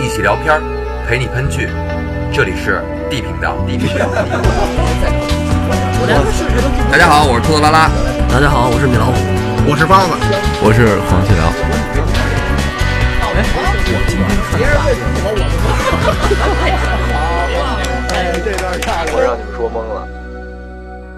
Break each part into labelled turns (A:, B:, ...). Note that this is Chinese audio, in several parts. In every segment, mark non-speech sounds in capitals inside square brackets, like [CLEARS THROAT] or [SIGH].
A: 一起聊片儿，陪你喷剧。这里是 D 频道，D 频道。大家好，我是兔子拉拉。
B: 大家好，我是米老虎。
C: 我是方子，
D: 我是黄细辽，
A: 我让你们说懵了。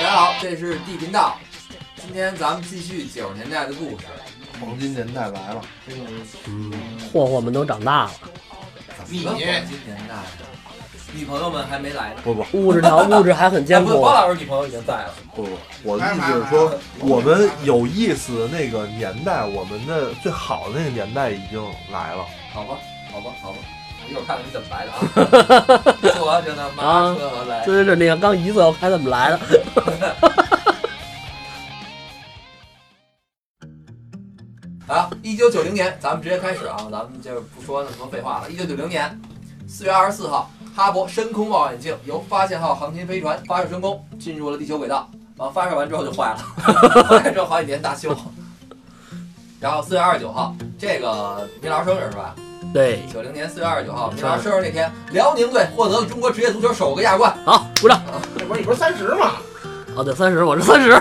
E: 大家好，这是 D 频道，今天咱们继续九十年代的故事。
C: 黄金年代来了。
B: 霍霍们都长大了，
E: 你们今年代的女朋友们还没来呢。
C: 不不
B: 物质条物质还很
E: [LAUGHS] 哎，
B: 艰
E: 不，
B: 苦
E: 包。老师女朋友已经在了。
C: 不不，我的意思就是说，我们有意思的那个年代，我们的最好的那个年代已经来了。
E: 好吧，好吧，好吧，一会儿看看你怎么来的啊。坐着呢，马车和来。
B: 对对对，那个刚一色，我看怎么来的。
E: 好，啊一九九零年，咱们直接开始啊，咱们就不说那什么废话了。一九九零年四月二十四号，哈勃深空望远镜由发现号航天飞船发射升空，进入了地球轨道。完发射完之后就坏了， [LAUGHS] 坏了之后好几年大修。然后四月二十九号，这个米老师生日是吧？
B: 对，
E: 九零年四月二十九号，米老师生日那天，辽宁队获得了中国职业足球首个亚冠。
B: 好，鼓掌。
C: 那不是你不是三十吗？
B: 哦，对，三十，我是三十。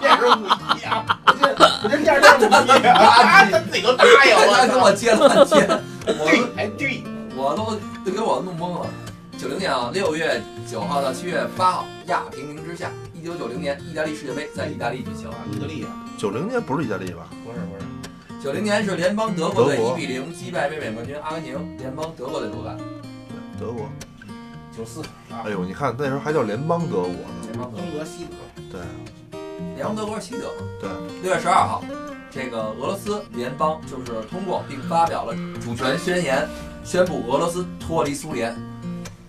C: 这是五一啊！我这这是五一
E: 啊
C: 他自己都答
F: 哎
C: 应
E: [LAUGHS] 他跟我接了半天，我们
C: 哎对，
E: 我都都给我弄懵了。九零年啊，六月九号到七月八号，亚平宁之下。一九九零年意大利世界杯在意大利举行。
C: 意大利啊，九零年不是意大利吧？不是不是，
E: 九零年是联邦德国队
C: 德
E: 一
C: 国
E: 比零击败卫冕冠军阿根廷，联邦德国队夺冠。
C: 德国。
E: 九四，
C: 哎呦，你看那时候还叫联邦德国呢。
E: 联邦德
F: 东德西德，
C: 对，
E: 联邦德国是西德嘛？
C: 对。
E: 六月十二号，这个俄罗斯联邦就是通过并发表了主权宣言，宣布俄罗斯脱离苏联，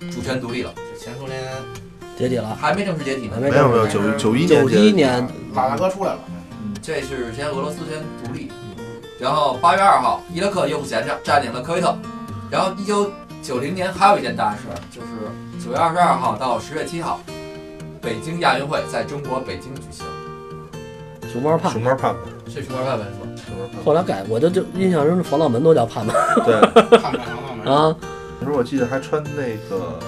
E: 主权独立了，
F: 就前苏联
B: 解体了，
E: 还没正式解体呢
B: 还。没
C: 没有没有，九九一年
B: 九一年
F: 老大哥出来了，
E: 这是先俄罗斯先独立，然后八月二号，伊拉克又不闲着，占领了科威特。然后一九九零年还有一件大事，就是九月二十二号到十月七号，北京亚运会在中国北京举行。
B: 熊猫胖。
C: 熊猫盼盼，
E: 这是官派文说，
C: 熊猫盼
B: 后来改，我就就印象中是防盗门都叫盼盼
C: 盼。对，
F: 看看看
B: [LAUGHS]
F: 看看，
B: 啊。
C: 那时候我记得还穿那个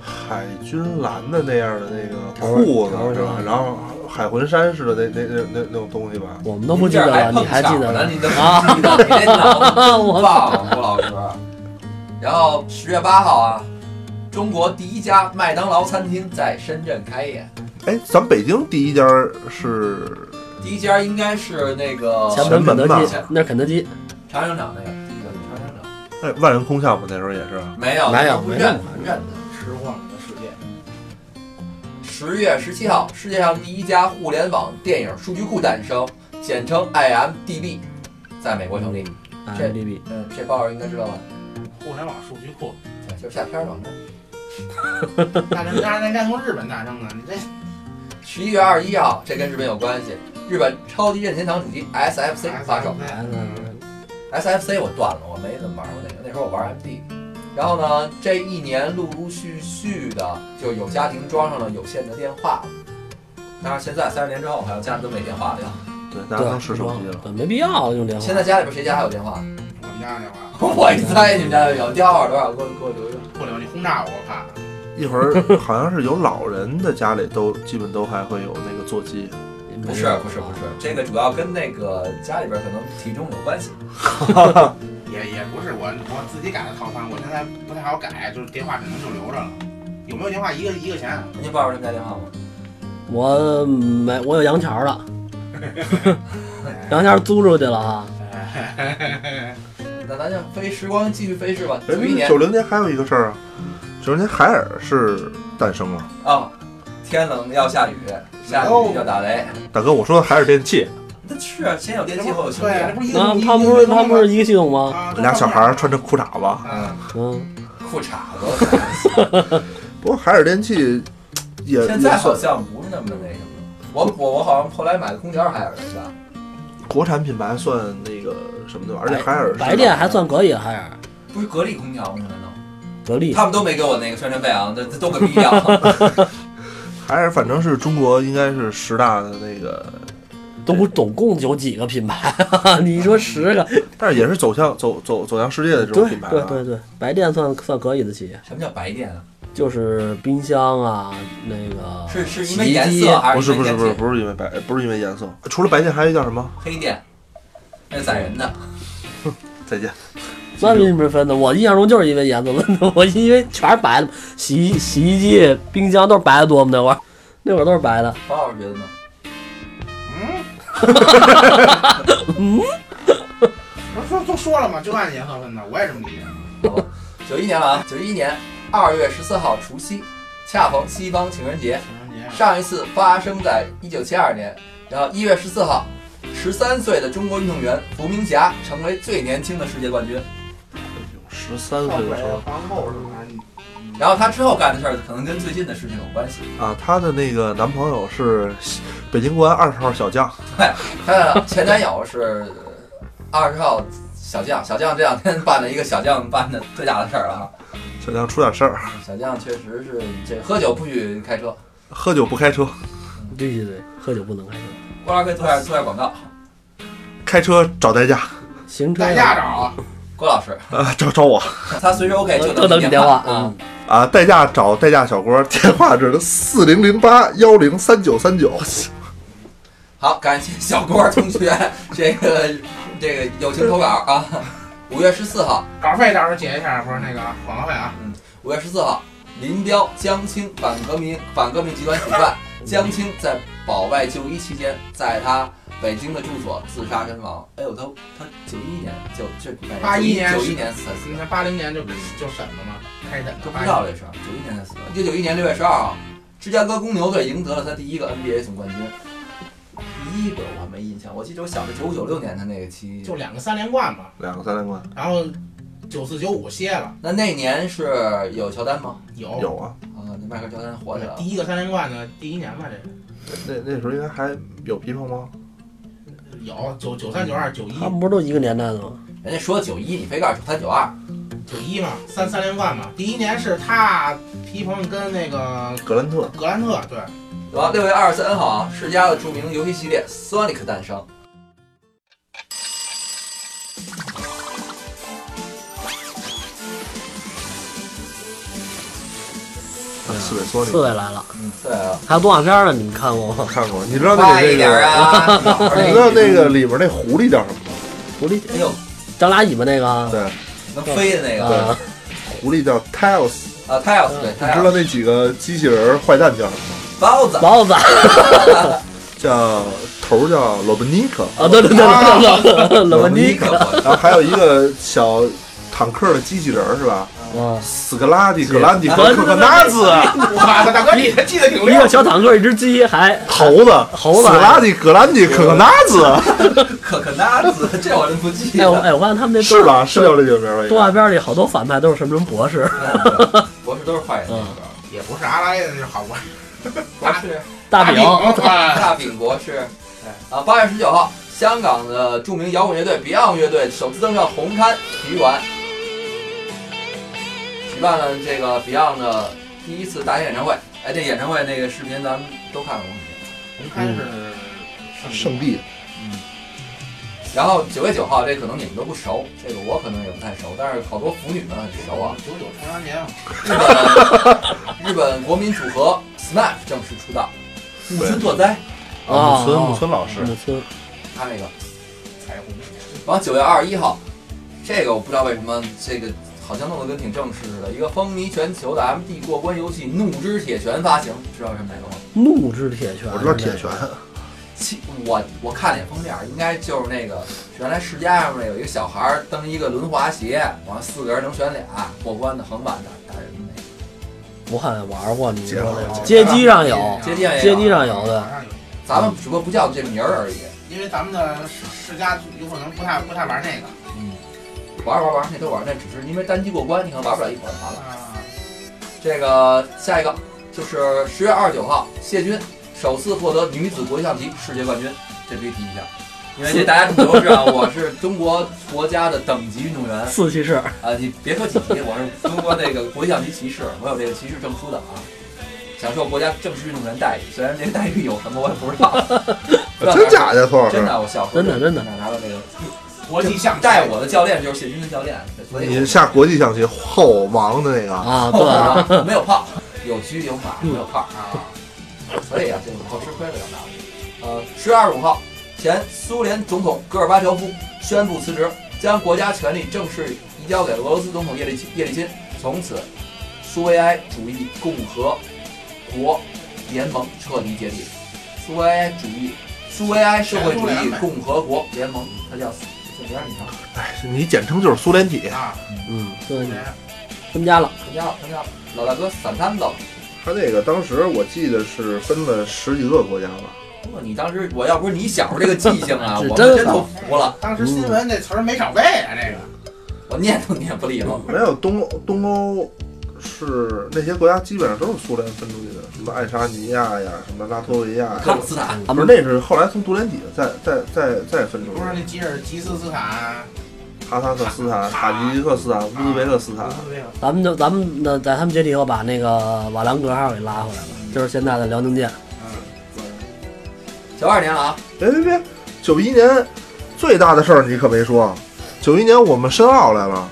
C: 海军蓝的那样的那个裤子，
B: 条纹
C: 是吧？然后海魂衫似的那那那那那种东西吧。
B: 我们都不记得了，你还记得
E: 呢？
B: 呢？
E: 你都不记得？你这脑
B: 啊，
E: 子不
B: 我
E: 棒，郭老师。然后十月八号啊，中国第一家麦当劳餐厅在深圳开业，
C: 哎，咱北京第一家是
E: 第一家应该是那个
B: 前门肯德基
E: 前门吧，
B: 那是肯德基，
E: 长生长那个，第一个长生长
C: 哎万人空巷吧？那时候也是。
E: 没有
B: 没有
E: 不
B: 没有
E: 认不认得。
F: 实况的世界，
E: 十月十七号，世界上第一家互联网电影数据库诞生，简称 IMDB，在美国成立。
B: 啊
E: 这
B: d b
E: 嗯，这包儿应该知道吧？
F: 互联网数据库，
E: 对就是下片儿网站。
F: 那这那那该从日本诞生的，你这
E: 十一月二十一号，这跟日本有关系。日本超级任天堂主机 SFC 发售，SFC 我断了，我没怎么玩过那个，那时候我玩 MD。然后呢，这一年陆陆续续的就有家庭装上了有线的电话了，当然现在三十年之后，还有家里都没电话了呀。
C: 对，大家
B: 对，
C: 都是手机了。
B: 对，没必要用电话
E: 现。在家里边谁家还有电话？
F: 我们家那
E: [LAUGHS]
F: 话，
E: 我一猜你们家有电话号码多少？给我给我留一个。
F: 不留你轰炸我，我怕。
C: 一会儿好像是有老人的家里都基本都还会有那个座机。
E: 不是不是不是，这个主要跟那个家里边可能体重有关系。
F: 也也不是我我自己改的套餐，我现在不太好改，就是电话只能就留着了。有没有电话一个一个 [LAUGHS] 钱？啊
E: 你爸爸他们家电话吗？
B: 我没，我有杨桥 [LAUGHS] 的，
F: 哎
B: 杨桥租出去
E: [LAUGHS]
B: 了啊。
E: 那咱就飞时光继续飞逝吧。
C: 哎
E: 九一年，
C: 九零年还有一个事儿啊，九零年海尔是诞生了。
E: 啊、天冷要下雨，下雨要打雷。
C: 大哥，我说的海尔电器，
E: 那是啊，先有电器后有
F: 对
E: 兄弟啊，
F: 这不是一个
B: 啊
F: 一，个
B: 他们不是他们不是一个系统吗？
F: 啊
G: 俩小孩儿穿着裤衩子，
F: 啊，
B: 嗯，
E: 裤衩子。
C: 不过海尔电器也
E: 现
C: 也
E: 在好
C: 算
E: 像不是那么那什么。我我我好像后来买的空调是海尔的，吧？
C: 国产品牌，算那个什么的吧，而且海尔是
B: 白电还算可以，啊海尔、
E: 不是格力空调吗？难道？
B: 格力，
E: 他们都没给我那个宣传费啊，这这都给逼掉了。 [LAUGHS]
C: 海尔，反正是中国应该是十大的那个，
B: 都总共有几个品牌啊？ [LAUGHS] 你说十个？
C: 但是也是走向走走走向世界的这种
B: 对
C: 品牌啊
B: 对
C: 了。
B: 对对，白电算算可以的企业，
E: 什么叫白电啊？
B: 就是冰箱啊，那个
E: 是是因
B: 洗
E: 为
B: 衣
E: 颜
B: 机
E: 色啊还
C: 不
E: 是
C: 是
E: 因
C: 不
E: 为
C: 是
E: 电
C: 不
E: 器
C: 是不是因为白，不是因为颜色，除了白电还有一叫什么？
E: 黑电，那宰人的。
C: 再见，
B: 那为什么分的？我印象中就是因为颜色问的，我因为全是白的，洗衣洗衣机、冰箱都是白的多吗？那会儿，那会儿都是白的。
E: 黄老师觉得呢？
F: 嗯，不是说都说了吗？就按颜色分的，我也这么理解。
E: 九一年了啊，九一年二月十四号除夕，恰逢西方情人节。
F: 情人节
E: 上一次发生在一九七二年，然后一月十四号，十三岁的中国运动员伏明霞成为最年轻的世界冠军。
C: 十三岁的时候
F: 皇后是吧？
E: 然后她之后干的事儿可能跟最近的事情有关系。
C: 啊，她的那个男朋友是北京国安二十号小将，
E: 她的前男友是二十号小将，小将这两天办了一个小将办的最大的事儿啊。
C: 小将出点事儿，
E: 小将确实是这喝酒不许开车。
C: 喝酒不开车，
B: 对对对，喝酒不能开车，
E: 郭老师可以做下做下广告，
C: 开车找代驾
B: 行车
F: 代驾找啊，
E: 郭老师
C: 啊，找找我
E: 他随时 OK 就
B: 就等你
E: 电
B: 电话。
E: 啊。
B: 嗯
C: 啊，代驾找代驾小郭，电话是四零零八幺零三九三九。
E: 好，感谢小郭同学这个这个友情投稿啊。五月十四号，
F: 稿费到时候结一下，不是那个广告费啊。
E: 五月十四号，林彪江青反革命反革命集团主犯江青在保外就医期间，在他北京的住所自杀身亡。哎呦，他他九一年九这
F: 81年
E: 九一年死的死
F: 你
E: 的，
F: 看八零年就就审了嘛，开审了
E: 都不知道这事儿，九一年才死的。一九九一年六月十二号，芝加哥公牛队赢得了他第一个 NBA 总冠军。第一个我没印象，我记得我小时候九五九六年的那个期，
F: 就两个三连冠嘛，
C: 两个三连冠
F: 然后九四九五歇了，
E: 那那年是有乔丹吗？
F: 有
C: 有啊，
E: 啊，那迈克尔乔丹活着了
F: 第。一个三连冠的第一年吧，这是
C: 那那时候应该还有皮蓬吗？
F: 有九九三九二九一
B: 他们不是都一个年代的吗？
E: 人家说九一，你非告诉他九二，
F: 九一嘛，三三连冠嘛，第一年是他皮蓬跟那个
C: 格兰特
F: 格兰特
B: [LAUGHS]
F: 对。
E: 然后六月二十三号啊，世嘉的著名游戏系列 Sonic 诞生。
C: 啊四位缩里
B: 刺猬来了，
E: 嗯，对啊，
B: 还有动画片呢，你们看过吗？
C: 看过，你知道那
E: 快
C: 个
E: 一
C: 那
E: 点
C: 个，
E: 啊！鸟儿
C: 你知道那个里边那狐狸叫什么吗？
B: 狐狸，
E: 哎呦，
B: 张拉尾巴那个啊，
C: 对，
E: 能飞的那个
B: [LAUGHS] 啊，
C: 狐狸叫 Tails，
E: 啊，太阳对，
C: 你
E: 太
C: 知
E: 阳
C: 道那几个机器人坏蛋叫什么吗？
E: 包子，
B: 包子啊
C: 叫头儿叫 l o b n i k
B: [LAUGHS] 啊，对对对啊对对，冷
E: 啊
B: 门迪，
E: 克，
C: 然后还有一个小坦克的机器人儿是吧？
B: 嗯，
C: 斯格拉底
B: 是
C: 格兰迪
B: 啊
C: 格克纳兹啊
F: 哇塞，大哥，你还记得挺
B: 一
F: 溜
B: 个。小坦克，一只鸡，还
C: 猴子
B: 猴
C: 斯
B: 子
C: 格拉底格兰迪可可纳兹啊
E: 可可纳子，这我真不记
B: 哎我
E: 得。
B: 哎，我发现他们那
C: 是吧？是叫这个名儿吧应
B: 动画
C: 该？
B: 片里好多反派都是什么什么博士，
E: [LAUGHS] 博士都是坏人，
B: 嗯
F: 也不是阿拉的，就是好不
E: 博士哎
B: 大饼
F: 饼，
B: [LAUGHS]
F: 啊
E: 大饼博士。啊，八月十九号，香港的著名摇滚乐队 Beyond 乐队首次登上红磡体育馆，举办了这个 Beyond 的第一次大型演唱会。哎，这演唱会那个视频咱们都看过。
B: 嗯
F: 红磡是
C: 圣地
E: 然后九月九号，这可能你们都不熟，这个我可能也不太熟，但是好多腐女们很熟啊。
F: 九九重阳节嘛，
E: 日本日本国民组合 SMAP 正式出道，木村拓哉
C: 啊，
B: 啊
C: 木村木村老师，
B: 木村
E: 他那个。
F: 彩虹。
E: 然后九月二十一号，这个我不知道为什么这个好像弄得跟挺正式似的，一个风靡全球的 MD 过关游戏《怒之铁拳》发行，知道是哪个吗？
B: 怒之铁拳，
C: 我知道铁拳，
E: 其我我看了眼封面，应该就是那个原来世嘉上面有一个小孩儿蹬一个轮滑鞋，完了四个人能选俩过关的横版的，打人的
B: 我好像玩过，你说
C: 解
B: 那
C: 放
B: 个街机上有，
E: 那个，街机上也
B: 街机上有的，
F: 网上有。
E: 咱们只不过不叫这名儿而已。
F: 因为咱们的世世家有可能不太不太玩那个
E: 嗯玩玩玩，那都玩，那只是因为单机过关，你可能玩不了一款，完了。
F: 啊，
E: 这个下一个就是十月二十九号，谢军首次获得女子国际象棋世界冠军，这必须提一下，因为这大家都知道，啊我是中国国家的等级运动员。
B: 四骑士，
E: 啊，你别说几级，我是中国那个国际象棋骑士，我有这个骑士证书的啊，享受国家正式运动员待遇。虽然这个待遇有什么我也不知道，不知道
C: 啊真假的，托老
E: 真
C: 师？
E: 的，我笑死了，
B: 真的真的
E: 拿到那个
F: 国际象棋
E: 带我的教练就是谢军的教练，所以
C: 你
E: 我
C: 下国际象棋后王的那个，
B: 啊，
E: [LAUGHS] 后
B: 对，
E: 啊没有炮，有车有马，没有炮。
F: 啊，
E: 所以啊，这以后吃亏了要拿。呃，十月二十五号，前苏联总统戈尔巴乔夫宣布辞职，将国家权力正式移交给俄罗斯总统叶利钦叶利钦，从此苏维埃主义共和国联盟彻底解体。苏维埃主义，苏维埃社会主义共和国联盟，它叫怎么样？你看，
C: 哎，你简称就是苏联体。
F: 啊，
C: 嗯，
B: 对，
F: 对
B: 分家了，
E: 参加了，参加了，老大哥散摊子了。
C: 他那个当时我记得是分了十几个国家吧，
E: 哇哎你当时我要不是你小时候这个记性
B: [LAUGHS]
E: 啊，
B: 是
E: 我们
B: 真
E: 真
B: 好
E: 都
C: 哦
E: 服了，
F: 当时新
C: 嗯
F: 闻这词儿没少背啊，这个
E: 我念都念不利落。[LAUGHS]
B: 嗯
C: 没有东欧东欧是那些国家基本上都是苏联分出去的，什么爱沙尼亚呀，什么拉脱维亚呀，
E: 卡姆斯坦，
B: 咱
C: 不是
B: 们
C: 那是后来从独联体再再再再分出
F: 不是
C: 来，
F: 那吉尔吉斯斯坦、啊
C: 哈萨克斯坦、塔吉克斯坦、乌兹别克斯坦
F: 乌，兹别克
B: 咱们就咱们呢，在他们解体以后，把那个瓦良格号给拉回来了，就是现在的辽宁舰。
F: 嗯，
E: 九二年了啊，
C: 别别别，九一年最大的事儿你可没说，九一年我们申奥来了，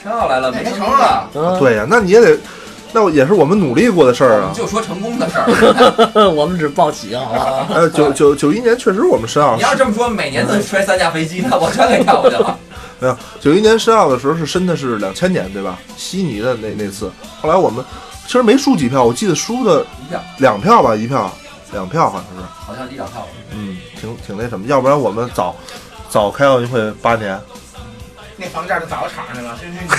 E: 申奥来了，
F: 那
E: 没
F: 没
E: 成
F: 成
E: 功
F: 啊
E: 啊。
B: 嗯，
C: 对呀、那你也得，那也是我们努力过的事儿
E: 我们
C: 啊。
E: 就说成功的事
B: [LAUGHS]
E: 儿。
B: 嗯我们只报喜好啊吧？
C: 还有哎九九九一年确实我们申奥
E: 你，要是这么说，每年
B: 嗯
E: 都摔三架飞机，那我全给跳过去
B: [LAUGHS]
E: 了。
C: 九一年申奥的时候是申的是两千年对吧？悉尼的那那次，后来我们其实没输几票，我记得输的
E: 一票
C: 两票吧，一票两票好像是。
E: 好像一两套，
C: 嗯，挺挺那什么，要不然我们早早开奥运会八年，
F: 那房价就早场上去了，这这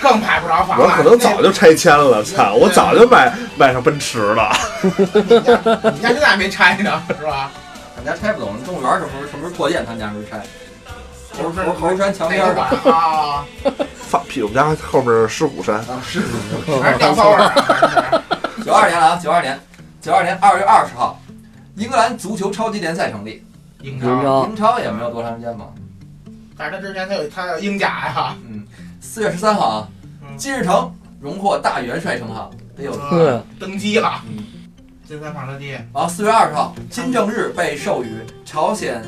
C: [LAUGHS]
F: 更买不着房了。
C: 我可能早就拆迁 [LAUGHS] 了，操，我早就买买上奔驰了。
F: 你家你家现在还没拆呢，是吧？
E: 他们家拆不懂。动物园什么时候什么时候扩建，他们家什么时候拆。猴
F: 不是
E: 猴猴山墙
F: 那
E: 边
F: 个
E: 儿吧，
F: 晚啊，
C: 发屁，我们家后面是狮虎山，
E: 啊是。
F: 还是掉包儿啊，
E: 九二年了啊，九二年，九二年二月二十号，英格兰足球超级联赛成立，
F: 英
B: 英
F: 超。
B: 超
E: 英超也没有多长时间嘛。
F: 但是他之前他有他有英甲呀，
E: 嗯，四月十三号啊，
F: 嗯
E: 金日成荣获大元帅称号，哎得有。
B: 嗯，
F: 登基了
E: 嗯，
F: 金三胖他爹，
E: 啊，四月二十号，金正日被授予朝鲜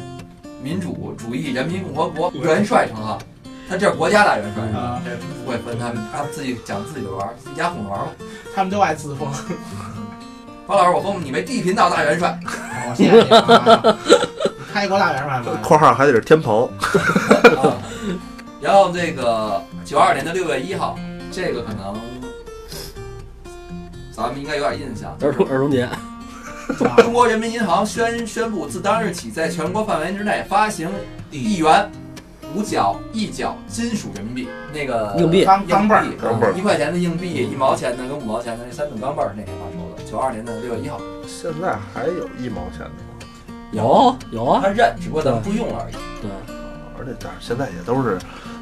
E: 民主主义人民共和国元帅称号，他这是国家大元帅，
F: 啊，
E: 不会分他们，他们自己讲自己的玩儿，自己家哄玩儿了。
F: 他们都爱自
C: [LAUGHS]
F: 封。
E: 包老师，我封你为地频道大元帅，
F: 我谢谢你啊，开国大元帅嘛，
C: 括号还得是天蓬，
E: 啊然后这个九二年的六月一号，这个可能咱们应该有点印象，
B: 儿童儿童节，
C: [LAUGHS]
E: 中国人民银行宣宣布，自当日起，在全国范围之内发行一元、五角、一角金属人民币，那个呃
B: 硬币
F: 钢钢镚儿，
C: 钢镚儿
E: 一块钱的硬币、一毛钱的跟五毛钱的那三种钢镚儿是那天发售的，九二年的六月一号，
C: 现在还有一毛钱的吗？
B: 有有啊，
E: 他认，只不过咱们不用而已。
B: 对
C: 而且但是现在也都是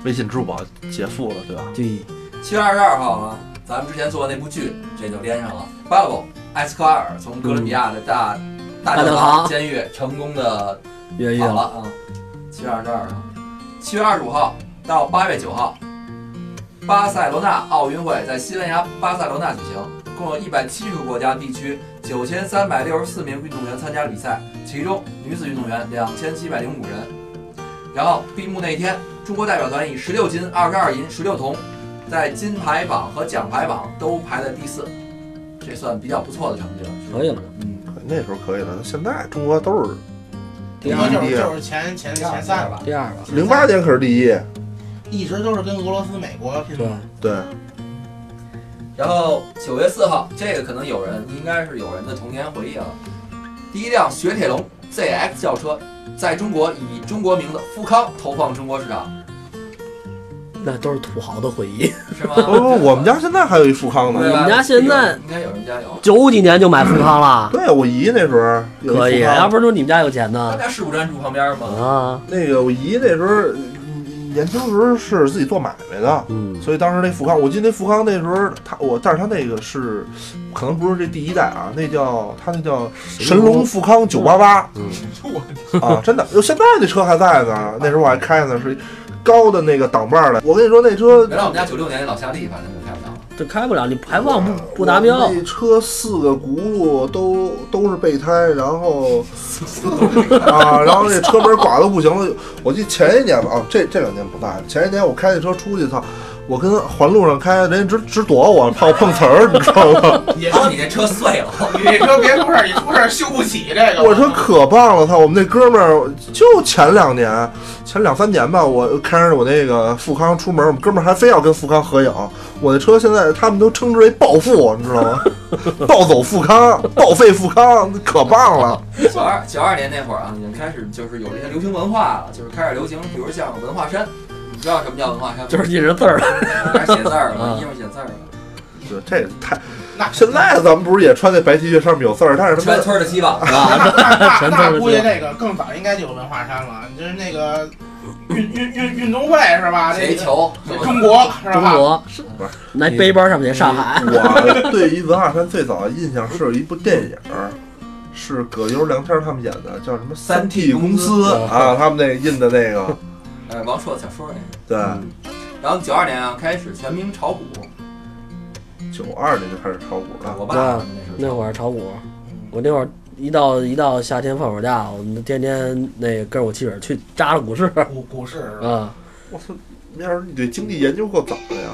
C: 微信、支付宝结付了，对吧？
B: 对，
E: 七月二十二号啊，咱们之前做的那部剧，这就连上了。巴布艾斯科埃尔从哥伦比亚的大、大
B: 大
E: 教
B: 教
E: 堂
B: 堂
E: 监狱成功的
B: 越狱
E: 好了
B: 了，
E: 啊，七月二十二号，七月二十五号到八月九号，巴塞罗那奥运会在西班牙巴塞罗那举行，共有一百七十个国家地区九千三百六十四名运动员参加了比赛，其中女子运动员两千七百零五人。然后闭幕那一天，中国代表团以十六金、二十二银、十六铜，在金牌榜和奖牌榜都排在第四，这算比较不错的成绩了。
B: 可以了。
E: 嗯，
C: 那时候可以了，现在中国都是
B: 第
F: 中
B: 二
F: 国就是
C: 第二
F: 就是前前前三吧，
B: 第二吧，
C: 零八年可是第一，
F: 一直都是跟俄罗斯、美国拼
B: 对，
C: 对，
E: 然后九月四号，这个可能有人应该是有人的童年回忆啊。第一辆雪铁龙 ZX 轿车在中国以中国名字富康投放中国市场。
B: 那都是土豪的回忆。
E: 是吗？
C: 不不，哦我们家现在还有一富康
E: 对啊
C: 呢。
E: 吧
B: 我们家现在
E: 应该有人家有，
B: 九几年就买富康了，
C: 对啊我姨那时候
E: 嗯
C: 有一
B: 可以，
C: 富
B: 啊
C: 康
B: 要不然说你们家有钱
E: 他
B: 呢
E: 家是五站住旁边嘛，
B: 啊，
C: 那个我姨那时候嗯年轻时候是自己做买卖的，
B: 嗯，
C: 所以当时那富康，我记得那富康那时候他我，但是他那个是可能不是这第一代啊，那叫他那叫神龙富康九八八
F: 我
B: 嗯
C: 啊， [LAUGHS] 真的，现在那车还在呢，那时候我还开呢，是高的那个挡把儿的。我跟你说那车
E: 原来我们家九六年老夏利，反正就看不到了。
B: 这开不了，你排放不不达标
C: 我，那车四个轱辘都都是备胎，然后啊，然后那车门刮的不行了。我记得前一年吧，啊，这这两年不在了。前一年我开那车出去，操，我跟环路上开，人家直直躲我，怕我碰瓷儿，你知道吗？
E: 也是你这车碎了，
F: 你这车别出事儿，你出事儿修不起这个。
C: 我车可棒了，操！我们那哥们儿就前两年，前两三年吧，我开着我那个富康出门，我们哥们儿还非要跟富康合影。我那车现在他们都称之为暴富，你知道吗？暴走富康，报废富康，可棒了。
E: 九二九二年那会儿啊，已经开始就是有这些流行文化了，就是开始流行，比如像文化衫，你知道什么叫文化衫吗？
B: 就是印着字儿，
E: 开始写字儿了，
B: 啊
E: 衣服写字儿了。
C: 对，这也太
F: 那
C: 现在咱们不是也穿那白 T 恤，上面有字儿，但是他
E: 全
C: 们
E: 村儿的希望，
F: 那
B: 全都是
F: 那估计
B: 这
F: 那个更早应该就有文化衫了，就是那个运运运运动会是吧？
E: 谁
F: 那个
E: 球？
F: 中国是
B: 中
F: 吧？
B: 国是来背包上面去上海，
C: 我啊对于文化衫最早的印象是有一部电影儿，是葛优、梁天儿他们演的，叫什么《
E: 三 T
C: T
E: 公
C: 公
E: 司
C: 司》啊，他们那印的那个，
E: 呃，王朔的小说儿那
C: 对，
E: 个。然后九二年啊，开始全民炒股，啊
C: 九二年就开始炒股了。
E: 我爸那时
B: 啊那
E: 候
B: 会儿炒股，我那会儿一到一到夏天放暑假，我们天天那个跟着我妻儿去扎了股市
F: 股股市是吧
E: 嗯
B: 啊，
C: 我操，面儿你对经济研究够早的呀？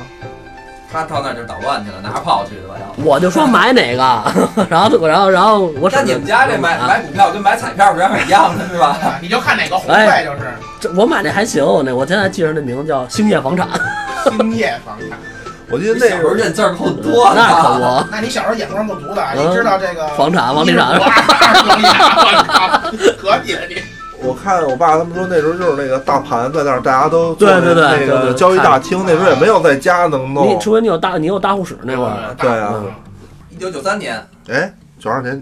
E: 他到那儿就捣乱去了，拿着炮去的吧要。
B: 我就说买哪个，然后然后然后我啊
E: 那你们家这买买股票跟买彩票不是一样的是
B: [LAUGHS]
E: 吧？
F: 啊你就看哪个红
B: 哎
F: 呗，就是
B: 这我买那还行，我那我现在记着那名字叫兴业房产，
F: 兴业房产。
C: 我记得
E: 你
C: 那
E: 小时
C: 时
E: 候
C: 候
E: 认字儿够多的
B: 那
E: 啊，
B: 可不，
F: 那你小时候眼光够足的，啊
B: 嗯
F: 你知道这个
B: 房产啊房地
F: 一
B: 产
F: 是。我靠，可以了你。
C: 我看我爸他们说那时候就是那个大盘在那儿，大家都坐
B: 对对对
C: 那
B: 对对
C: 个交易大厅，那时候也没有在家能
B: 你
C: 弄。
B: 除非你有大你有大户室那会
F: 哦
B: 儿，
C: 对啊
F: 嗯
E: 一九九三年，
C: 哎，九二年，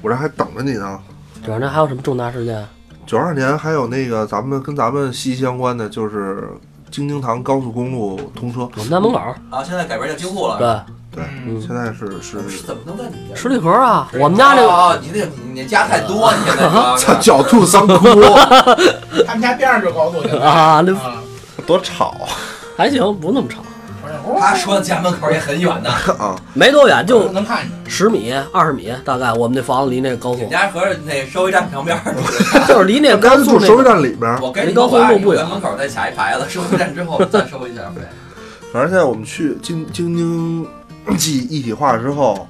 C: 我这还等着你呢。
B: 主要那还有什么重大事件？
C: 九二年还有那个咱们跟咱们息息相关的就是京津唐高速公路通车，
B: 我们家门口儿，
E: 啊，现在改名叫京沪了。
B: 对，
C: 对，
F: 嗯，
C: 现在是是
E: 是怎么能在你家？
B: 十里河啊，我们家这个
E: 哦，你那你家太多，你现在主要是
B: [LAUGHS]
C: 狡兔三窟，
F: 他们家边上就高速去了
B: 啊，那
F: 啊，
C: 多吵
B: 还行，不那么长，
F: 不是我
E: 他说家门口也很远
B: [LAUGHS]
E: 的，
C: 啊！
B: 没多远，就
F: 能看见，
B: 十米、二十米，大概我们那房子离那高
E: 你
B: 速
E: [LAUGHS] 们，家合着那收费站旁边儿住
B: [LAUGHS]
E: 着。
B: 就是离那高
C: 刚才
B: 速
C: 住 [LAUGHS]
B: 那
C: 收费
B: 个。
C: 站里边，
E: 我跟你
B: 离高速
E: 说啊
B: 路
E: 你
B: 不远
E: 在门口再卡一牌子，收费站之后再收一下费。
C: 反正现在我们去京京津冀一体化之后，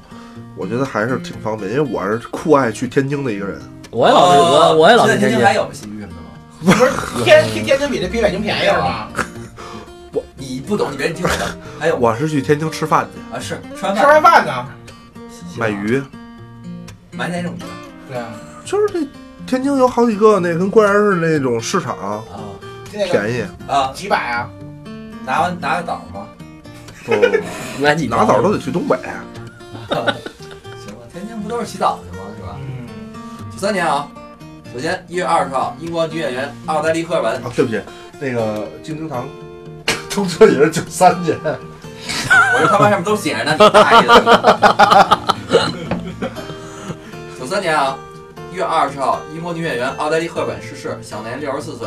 C: 我觉得还是挺方便，因为我是酷爱去天津的一个人。
B: 我也老是我我也老
E: 哦呃现在
B: 是天
E: 天
B: 津
E: 津还有洗浴什么的吗？
F: 不是天天天津比这比北京便宜是吧？
E: 你不懂，你别听我的。还有
C: 我是去天津吃饭去，
E: 啊，是吃完
F: 吃
E: 饭
F: 完饭呢？
C: 买鱼。
E: 买哪种鱼
F: 对啊，
C: 就是这天津有好几个那跟官员似的那种市场，
E: 啊
F: 那个
C: 便宜。
E: 啊？
F: 几百啊？
E: 拿完拿个枣吗？ [LAUGHS]
C: 不， [LAUGHS]
B: 买几
C: 拿枣都得去东北。
E: 行了，天津不都是洗澡去吗？是吧？
F: 嗯，
E: 九三年啊，首先一月二十号，英国女演员奥黛丽·赫本
C: 啊，对不起，那个京津 [LAUGHS] 唐通车也是九三年。
E: 我这他妈上面都写着呢，你大爷的！九三年啊，一月二十号，英国女演员奥黛丽·赫本逝世，享年六十四岁。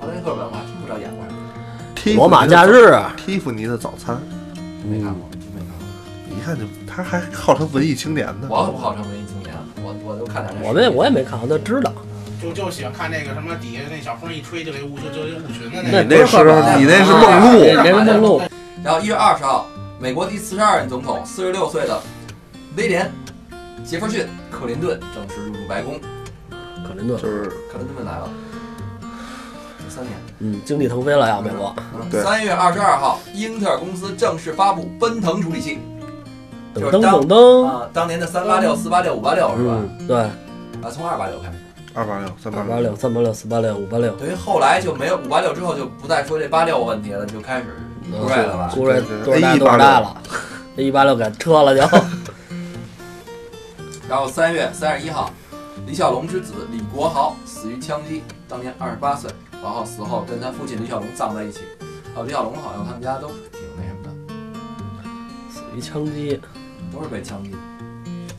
E: 奥黛丽·赫本我还真不知道演过啥，
B: 罗马假日，啊
C: 蒂芙尼的早餐，
E: 没看过，真没看过。
C: 一看就他还号称文艺青年呢。
E: 我可不好成文艺青年，啊我我都看点这。
B: 我们我也没看过，就知道。
F: 就就喜欢看那个什么底下那小风一吹就给雾就就给雾群的
C: 你
F: 那
C: 那是
B: 啊
C: 你那是
B: [LAUGHS]
C: 梦
B: 那
C: 露，
B: 那是梦露，
E: 然后一月二十号，美国第四十二任总统四十六岁的威廉·杰弗逊·克林顿正式入住白宫。
B: 克林顿，
C: 就是
E: 克林顿来了，九三年。嗯
B: 嗯，经济腾飞了呀，美国。
C: 对
E: 三月二十二号，英特尔公司正式发布奔腾处理器。啊
B: 噔噔噔噔，
E: 啊，当年的三八六、四八六、五八六是吧？
B: 嗯，对，
E: 啊，从二八六开始，
C: 二八六、三八
B: 二八六、三八六、四八六、五八六，
E: 等于后来就没有五八六之后就不再说这八六问题了，就开始
B: 嗯
E: Red 了吧？
B: 估
C: 对
B: 计
C: 对
B: 多少大
C: A186
B: 多少大了，这一八六给撤了就。 [LAUGHS]
E: 然后三月三十一号，李小龙之子李国豪死于枪击，当年二十八岁。然后死后跟他父亲李小龙葬在一起。哦，李小龙好像他们家都挺那什么的，
B: 死于枪击，
E: 都是被枪击。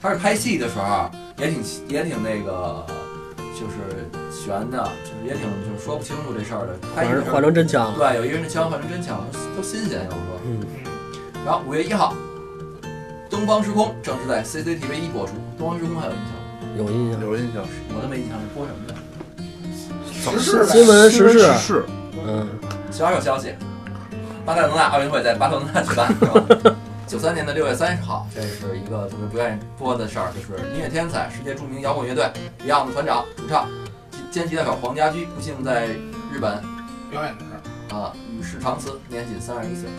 E: 他是拍戏的时候啊也挺也挺那个，就是悬的，就是也挺就是说不清楚这事儿的。拍
B: 换
E: 戏的
B: 成
E: 时
B: 换
E: 候
B: 成真枪了。
E: 对，有一个人的枪换成真枪，都新鲜要不说。
B: 嗯，
E: 然后五月一号，《东方时空》正式在 CCTV 一播出。《东方时空》还有印象吗？
B: 有印象。
C: 有印象，
E: 我都没印象是播什么的。
F: 时事呗
B: 新闻时
C: 是
B: 事，
C: 是，
B: 嗯，
E: 小有消息，巴塞罗那奥运会在巴塞罗那举办，是吧？九三年的六月三十号，这是一个特别不愿意播的事儿，就是音乐天才、世界著名摇滚乐队 Beyond 的团长、主唱兼吉他手黄家驹不幸在日本
F: 表演的事儿，
E: 啊与世长辞，年仅三十一岁。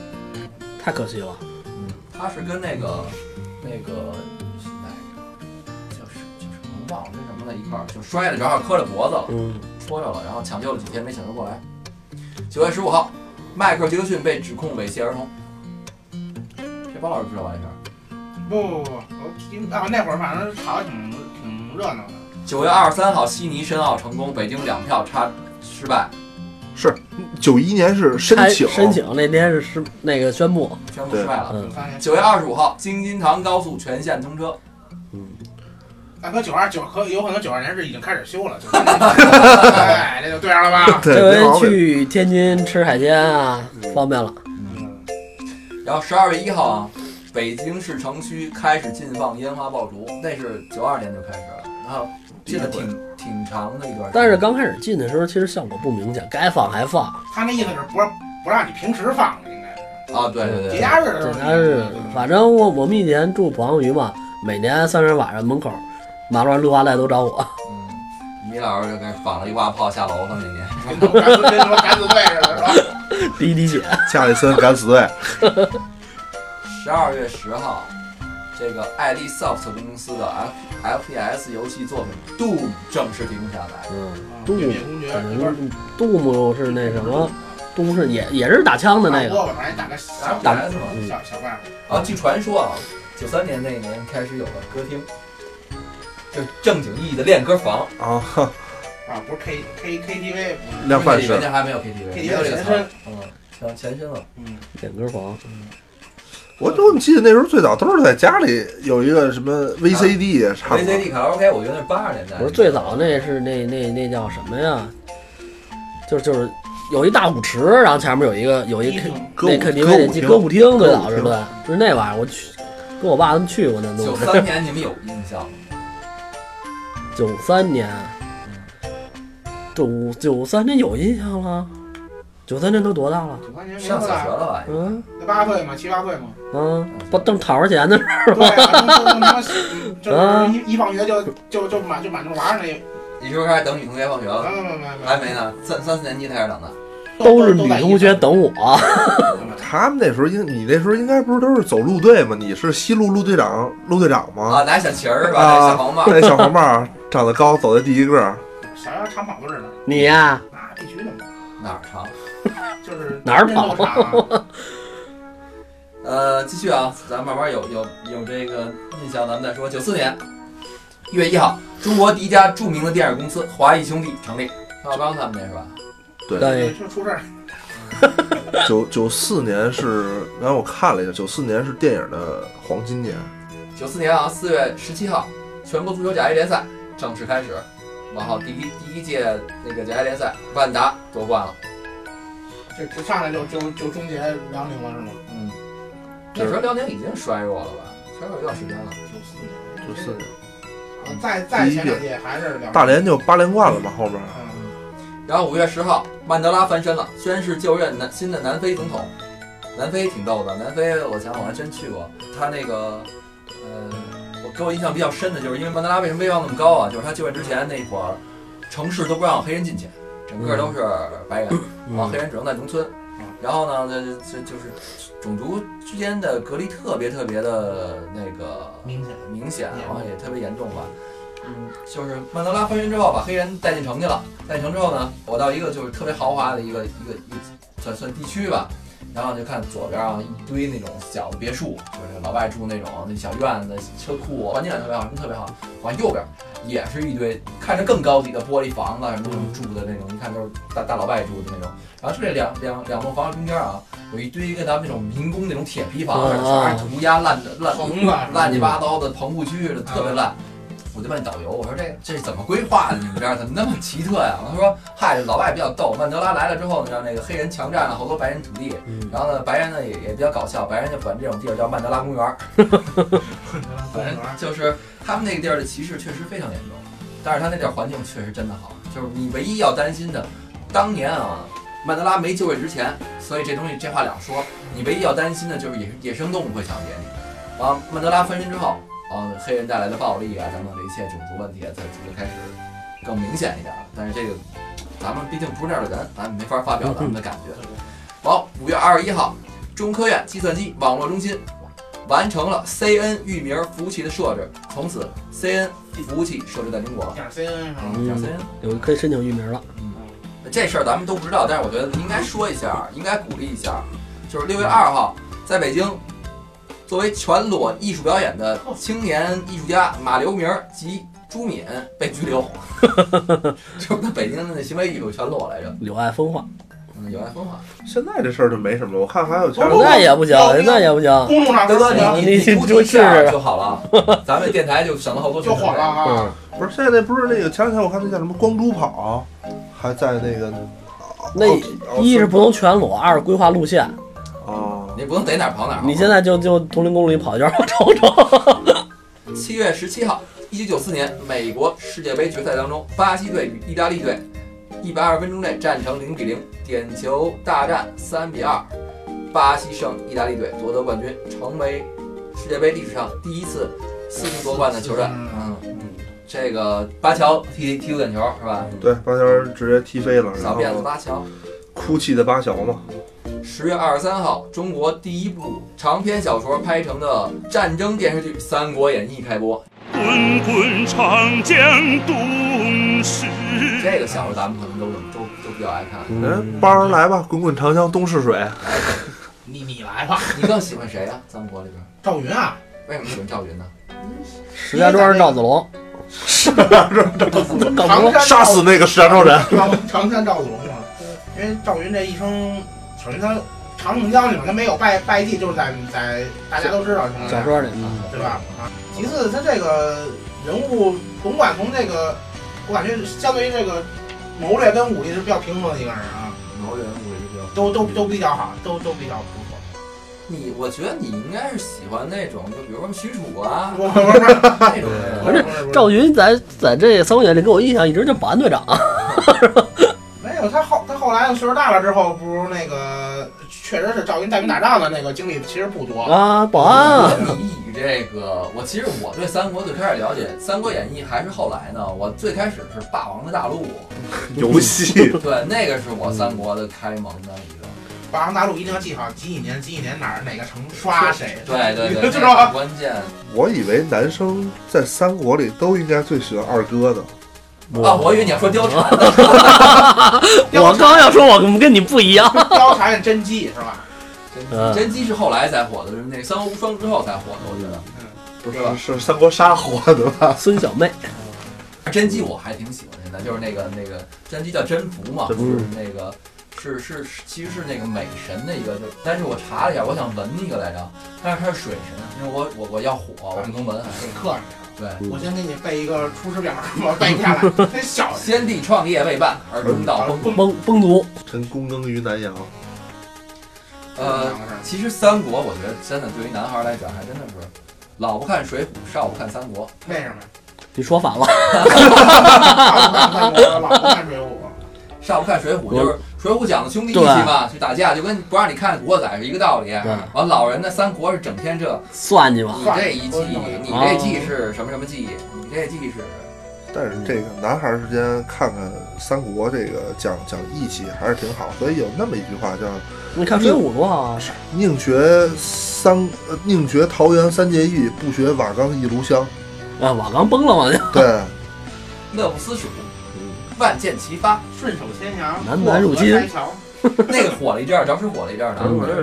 B: 太可惜了。
E: 嗯，他是跟那个那个哎叫什叫什么忘了那什么的一块儿，就摔了，正好磕着脖子了。
B: 嗯，
E: 戳着了，然后抢救了几天没抢救过来。九月十五号，迈克尔·杰克逊被指控猥亵儿童。这包老师知道吧？这事儿。
F: 不不不，我因啊那会儿反正吵得挺挺热闹的，
E: 九月二十三号，悉尼申奥成功，北京两票差失败，
C: 九一年是申
B: 开
C: 请，
B: 申请那天是是那个宣布，
E: 宣布
C: 对
E: 失败了。
B: 嗯
F: 九三年。
E: 九月二十五号，京津唐高速全线通车。
F: 那可九二九可有可能九二年是已经开始修了，就是哎，这就对上了吧？
C: 对，
B: 这
C: 没毛
B: 回
C: 病。
B: 去天津吃海鲜啊，方便了。
F: 嗯，
E: 然后十二月一号啊，北京市城区开始禁放烟花爆竹，那是九二年就开始了，然后禁了挺挺长的一段时间。
B: 但是刚开始进的时候，其实效果不明显，该放还放，
F: 他那意思是不不让你平时放了，应该是
E: 啊，对对
F: 节
E: 对，
F: 假日的时
B: 这
F: 候。
B: 家是，反正我我们以前住普航鱼嘛，每年三十晚上门口马路上绿化带都找我， [LAUGHS]
E: 嗯，米老师就开始绑了一挂炮下楼了那年。
F: 跟他们跟什么敢死队似的，是吧？
B: 滴滴姐，
C: 加里森敢死
B: [LAUGHS]
C: 队，
E: 十二月十号，这个艾利 Soft 公司的 F FPS 游戏作品《Doom》正式停下来。
B: 嗯，
F: 对灭公爵里边
B: 杜牧是那什么，杜牧是也也是打枪的那个，
F: 我反正打个小
E: FPS 嘛，
F: 小小怪物，
E: 啊，据传说啊，九三年那一年开始有了歌厅，就是正经意义的练歌房，
C: 啊，哈
F: 啊，不是 K K K T V，
C: 量贩
E: 里面
C: 式，
E: 那还没有 KTV，
F: KTV
E: 没有这个词儿
F: 前，
E: 嗯，前前身了。
F: 嗯，
B: 点歌房，
C: 我就记得那时候最早都是在家里有一个什么 VCD
E: 啊
C: 也唱
E: VCD 卡拉 OK，我觉得是八十年代。
B: 不是最早那是那那那叫什么呀？就是就是有一大舞池，然后前面有一个有一
F: 一
B: 个
F: 种
C: 歌
B: 那
C: 舞
B: 肯定
C: 歌
B: 得
C: 舞
B: 进
C: 厅
B: 歌舞厅，最
C: 歌舞
B: 早是
C: 厅
B: 对，就是那玩意儿我去。跟我爸他们去过那都
E: 九
B: 是
E: 三年你们有印象吗？
B: [LAUGHS] 九三年，九九三年有印象了，九三年都多大了？
F: 九三年没
E: 上小学
F: 了，
E: 了吧？
B: 嗯
F: 八岁嘛，七八岁嘛，
B: 嗯，不挣讨着钱呢，
F: 对，啊反正他妈嗯就是一一放学就就就满就满处玩那，
E: 你是不是开始等女同学放学了？
F: 没没没
E: 还
F: 没，
E: 没呢，三三四年级开始等的。
B: 都是女同学等我。
C: 他们那时候应，你那时候应该不是都是走路队吗？你是西路路队长，路队长吗？
E: 啊，拿小旗儿是吧？
C: 啊
E: 拿小黄帽。
C: 那小黄帽 [LAUGHS] 儿长得高，走在第一个儿，
F: 小腰长跑都是的，
B: 你呀、
F: 那必须的嘛，
E: 哪儿长？
F: 就是啊
E: 呃，继续啊，咱慢慢有有有这个印象，咱们再说。九四年一月一号，中国第一家著名的电影公司华谊兄弟成立，冯小刚他们那是吧？
B: [LAUGHS] 对，
F: 就出事儿，
C: 九九四年是，然后我看了一下，九四年是电影的黄金年，
E: 九四年啊，四月十七号，全国足球甲 A 联赛正式开始，然后第一第一届那个甲 A 联赛，万达夺冠了。
F: 这这上来就就就终结辽宁了是吗？
E: 嗯，那时候辽宁已经衰弱了吧？衰弱一段时间了。
F: 九四年，
C: 九四年，
F: 年，再再前两届还是辽宁
C: 大连就八连冠了嘛，后边儿
F: 嗯，
E: 然后五月十号，曼德拉翻身了，宣誓就任南新的南非总统。南非挺逗的，南非我想我还真去过，他那个，呃，我给我印象比较深的就是，因为曼德拉为什么威望那么高啊？就是他就任之前那会儿，城市都不让黑人进去，整个都是白人，
B: 嗯
E: 然后黑人只能在农村。然后呢，这这就是种族之间的隔离特别特别的那个
F: 明显
E: 啊明显，然后也特别严重吧。嗯，就是曼德拉翻身之后把黑人带进城去了，带进城之后呢，我到一个就是特别豪华的一个一个一个算算地区吧，然后就看左边啊一堆那种小的别墅，就是老外住那种那小院子、车库，环境也特别好，什么特别好。往右边也是一堆看着更高级的玻璃房子，什么住的那种，一看都是大大老外住的那种。然后就这两两两栋房中间啊，有一堆跟咱们那种民工那种铁皮房，全是涂鸦烂的烂
F: 棚子
E: 乱七八糟的棚户区似的，特别烂。我就问导游，我说这这是怎么规划的？你们这儿怎么那么奇特呀、他说，嗨，老外比较逗，曼德拉来了之后呢，让那个黑人强占了好多白人土地，
B: 嗯，
E: 然后呢，白人呢也也比较搞笑，白人就管这种地儿叫曼德拉公园儿，反正就是他们那个地儿的歧视确实非常严重，但是他那地儿环境确实真的好，就是你唯一要担心的，当年啊，曼德拉没就位之前，所以这东西这话两说，你唯一要担心的就是野野生动物会抢劫你，完、曼德拉翻身之后，啊，黑人带来的暴力啊等等这一切种族问题啊，才就开始更明显一点了，但是这个咱们毕竟不是那儿的人，咱们没法发表咱们的感觉。好，五月二十一号，中科院计算机网络中心完成了 CN 域名服务器的设置，从此 CN 服务器设置在中国了。
F: 点 CN 上，
E: 嗯，讲 CN，
B: 有可以申请域名了。
E: 这事儿咱们都不知道，但是我觉得应该说一下，应该鼓励一下。就是六月二号，在北京，作为全裸艺术表演的青年艺术家马刘明及朱敏被拘留，就是他北京的行为艺术全裸来着，
B: 柳暗风化，
E: 嗯，有爱风化。
C: 现在这事儿就没什么了，我看还有前
F: 不不
B: 那也不行，那也不行。
F: 公众
E: 大
F: 上
E: 哥，
B: 啊
E: 你
B: 你
E: 你出
B: 你
E: 去下
B: 就是
E: 就好
B: [LAUGHS]
E: 了，咱们电台就省了好多
F: 就火了啊！
C: 不是现在那不是那个前两天我看那叫什么光珠跑，还在那个
B: 那一是不能全裸，二是规划路线。
C: 啊，
E: 你不能逮哪儿跑哪儿。
B: 你现在就就铜陵公路里跑一圈，我瞅瞅。
E: 七月十七号，一九九四年美国世界杯决赛当中，巴西队与意大利队一百二十分钟内战成零比零，点球大战三比二，巴西胜意大利队夺得冠军，成为世界杯历史上第一次四次夺冠的球队。嗯
F: 嗯
E: 嗯，这个巴乔踢踢出点球是吧？
C: 对，八乔直接踢飞了，然
E: 小
C: 后
E: 辫子巴乔。
C: 哭泣的八乔嘛，
E: 十月二十三号，中国第一部长篇小说拍成的战争电视剧《三国演义》开播。
H: 滚滚长江东逝。
E: 这个小说咱们可能都都都比较爱看。
C: 哎人包儿来吧，滚滚长江东逝水，
F: 你嗯你来吧，
E: 你更喜欢谁呀、三国里边，
F: 赵云啊，
E: 为什么喜欢赵云呢？
B: 石家庄是赵子 [LAUGHS] 龙，赵子
F: 长
B: 龙
F: 山
C: 杀死那个石家庄人。
F: 长长山赵子龙嘛，因为赵云这一生，首先他长城江里面他没有败败绩，就是在在大家都知道的情况
B: [LAUGHS] 小
F: 下，
B: 说里，
F: 对吧？啊，其次他这个人物，甭管从这个，我感觉相对于这个谋略跟武力是比较平衡的一个人啊，
E: 毛人物也是比较……
F: 都都都比较好，都都比较不错。
E: 你我觉得你应该是喜欢那种，就比如说许褚 [LAUGHS] 啊
F: 不不不
B: [LAUGHS]
F: 不是
E: 那种人。
B: 不是赵云在在这《三国演义》里给我印象一直就保安队长，啊
F: 没有，他后他后来岁数大了之后，不是那个确实是赵云带兵打仗的那个经历其实不多。
B: 啊，保安啊，
E: 你与这个，我其实我对三国最开始了解，《三国演义》还是后来呢。我最开始是《霸王的大陆》，
C: [LAUGHS] 游戏
E: 对，那个是我三国的开蒙的一个。
F: 霸王大陆一定要记好，几几年几几年哪儿哪个城刷谁，
E: 对
F: [LAUGHS]
E: 对对，
F: 嗯知道啊
E: 那是
F: 吧？
E: 关键
C: [LAUGHS] 我以为男生在三国里都应该最喜欢二哥的，
E: 啊！我以为你要说貂蝉，
B: 我刚要说我跟你不一样，
F: 貂蝉甄姬是吧？
B: 嗯
E: 甄姬是后来才火的，是那《三国无双》之后才火的，我觉得。
C: 不
E: 是吧
C: 是三国杀火的吧？
B: 孙小妹，
E: 甄姬我还挺喜欢现在，就是那个那个甄姬叫甄宓嘛，
C: 甄宓
E: 就是那个是是是其实是那个美神的一个，就但是我查了一下，我想纹那个来着，但是它是水神，因为我我我要火，我不能纹。
F: 给克你。
E: 对，
F: 我先给你背一个《出师表》， [LAUGHS] 我背
E: [LAUGHS]
F: 不下来，真小心。
E: 先帝创业未半，而中道崩。
B: 崩崩族，
C: 臣躬耕于南阳，
F: 嗯
E: 呃，其实三国我觉得真的对于男孩来讲，还真的是老不看水浒，少不看三国。
F: 为什么？
B: 你说反了，
F: 老不看水浒，
E: 上午看《水浒》，
B: 我
E: 就是《水浒》讲的兄弟义气嘛，去打架就跟不让你看古惑仔是一个道理。
B: 对
E: 完，老人的三国是整天这，
B: 算计吧，
E: 你这一计，你这计是什么什么计，你这计是
C: 但是这个男孩儿之间看看三国这个讲讲义气还是挺好，所以有那么一句话叫
B: 你看《水浒》多好啊，
C: “宁学三呃宁学桃园三结义，不学瓦岗一炉香
B: 啊，瓦岗崩了嘛，就
C: 对，
E: 乐不思蜀，万箭齐发，
F: 顺手牵羊，
B: 南蛮入侵
F: 过河拆桥
E: 那个火了一阵儿，着实火了一阵儿呢。
B: 嗯
G: 我这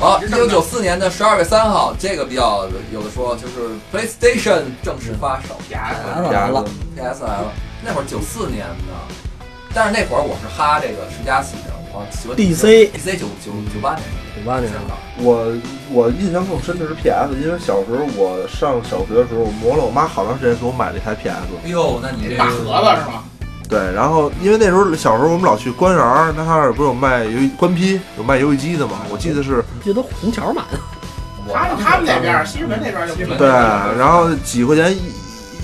E: 好，一九九四年的十二月三号，这个比较有的说，就是 PlayStation 正式发售
F: 假的，
B: 完了，
E: PSL。那会儿九四年的，但是那会儿我是哈这个世嘉系的，我喜欢
B: DC
E: DC 九九九八年
B: 九八年
E: 香港。
C: 我我印象更深的是 PS，因为小时候我上小学的时候，我磨了我妈好长时间给我买了一台 PS。
E: 哎呦，那你这
F: 大盒子是吗？
C: 对，然后因为那时候小时候我们老去官园儿，那哈尔不是有卖游戏官批有卖游戏机的嘛？我记得是
B: 记得红桥买的，
E: 我
F: 他们他们那边儿，西直门那边儿就不
E: 西直
C: [LAUGHS] 对，
E: 门
C: 然后几块钱一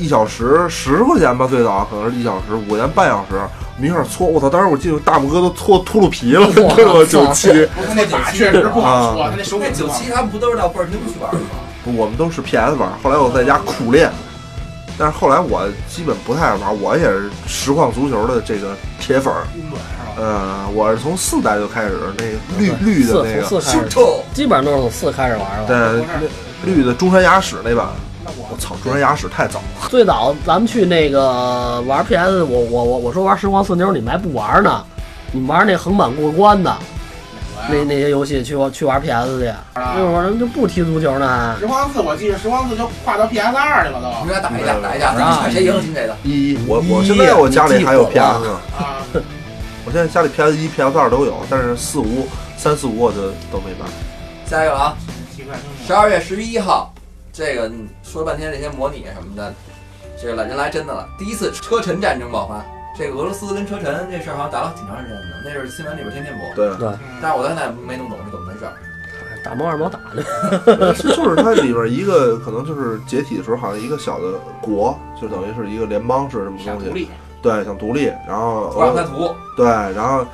C: 一小时，十块钱吧，最早可能是一小时，五块钱半小时，我们一块儿搓。我操！当时我记得大拇哥都搓秃噜皮
B: [LAUGHS]
C: 了，
B: 哇
C: 对吧？
B: 操
C: 九七，
F: 不是那把确实不好说，
C: 啊
F: 他那手柄
E: 那九七他们不都是到倍儿厅去玩的吗？
C: 我们都是 PS 玩儿。后来我在家苦练，但是后来我基本不太玩儿，我也是实况足球的这个铁粉儿。
F: 晕软是吧？
C: 呃，我是从四代就开始那个绿绿
B: 四
C: 的那
B: 从
C: 个，
B: 四开始，
E: 臭！
B: 基本上都是从四开始玩的。
C: 对，绿的中山雅史那版。
F: 那我
C: 我操，中山雅史太早了。
B: 最早咱们去那个玩 PS，我我我我说玩《时光四妞》，你们还不玩呢，你们玩那横版过关的
F: 我
B: 那那些游戏去玩去玩 PS 去，那会
F: 呀，
B: 儿人就不踢足球呢，
F: 十光四我记得十光四就跨到 PS 二去了
E: 你
F: 都
E: 们俩打一架，打一架，咱们看谁赢谁的。
C: 一，我我现在我家里还有 PS 呢。
F: 啊，
C: 我现在家里 PS 一、PS 二都有，但是四五、三四五我就都没买。
E: 下一个啊，
F: 奇怪，
E: 十二月十一号，这个说了半天这些模拟什么的，这个来人来真的了。第一次车臣战争爆发，这个俄罗斯跟车臣这事儿好像打了挺长时间的，那是新闻里边天天播。
C: 对，
E: 但是我到现在没弄懂是怎么回事儿。
B: 打猫二毛打的，
C: 就是它里边一个可能就是解体的时候，好像一个小的国，就等于是一个联邦式什么
F: 想
C: 东
F: 独
C: 西，
F: 立，
C: 对，想独立。然后
E: 图尔
C: 俄
E: 克图，
C: 对，然后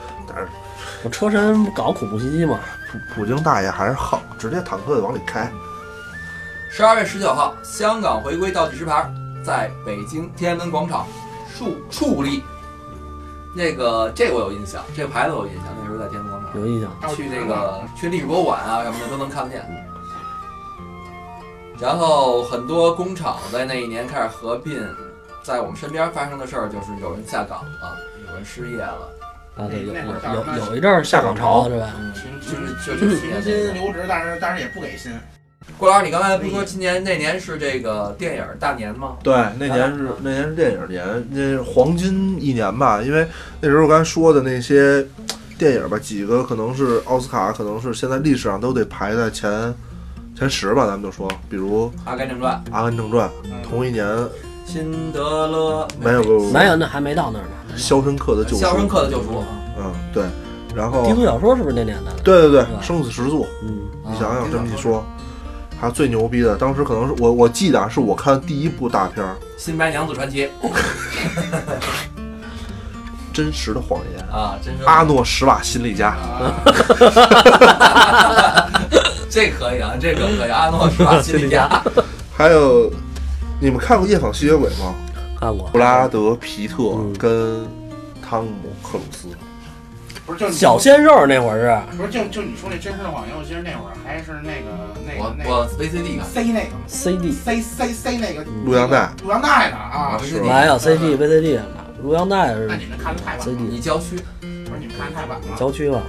B: 我车神搞恐怖袭击嘛，
C: 普普京大爷还是横，直接坦克就往里开。
E: 十二月十九号，香港回归倒计时牌，在北京天安门广场树矗立。这个这我有印象，这个牌子我有印象，那时候在天安门广场。
B: 有印象。
E: 去那个去历史博物馆啊什么的都能看得见。然后很多工厂在那一年开始合并，在我们身边发生的事儿就是有人下岗了，有人失业了，
B: 啊，对，有
F: 那会儿叫
B: 有
F: 什么
B: 有有一阵儿下岗潮是吧？
E: 嗯
F: 群
E: 就是
F: 群
E: 就
F: 群
E: 是
F: 群薪留职，但是但是也不给薪，
E: 郭老师，你刚才不是说今年那年是这个电影大年吗？
C: 对，那年是那年是电影年，那是黄金一年吧，因为那时候刚才说的那些电影吧，几个可能是奥斯卡，可能是现在历史上都得排在前前十吧，咱们就说，比如
E: 《阿甘正传》、
C: 《阿甘正传》，同一年《
E: 《辛德勒》
C: 没有没有
B: 没有，那还没到那儿呢。
C: 肖申克的救赎》，
E: 呃肖申克的救赎》
C: 嗯对，然
B: 低
C: 后
B: 俗小说是不是那年代的？
C: 对对对，
B: 是吧
C: 《生死时速》，
B: 嗯，
C: 你想
E: 啊
C: 想这么一说，还有最牛逼的，当时可能是我我记得啊，是我看第一部大片儿
E: 《新白娘子传奇》
C: 《真实的谎言》，
E: 啊，真是
C: 阿诺·施瓦辛利加。
F: 啊，
E: 这可以啊，这个可以，阿诺施
C: [LAUGHS]
E: 瓦辛利加，
C: 还有，你们看过《夜访吸血鬼》吗？
B: 看过
C: 布。拉德·皮特
B: 嗯
C: 跟汤姆·克鲁斯，
F: 不是就你
B: 小鲜肉那会儿是
F: 不是就就你说那真实的谎言，我记得那会儿还是那个那
E: 我
F: 个那个
E: 我 VCD 看
F: C 那个
B: CD，
F: C C C 那个
C: 录像带。
F: 录像带呢啊
E: 我，
C: 是
E: ，VCD，
B: 没有 CD、VCD，录像带是
F: 那你们看的太晚了，
B: CD
E: 你郊区
F: 不是你们看的太晚了，
B: 郊区吧？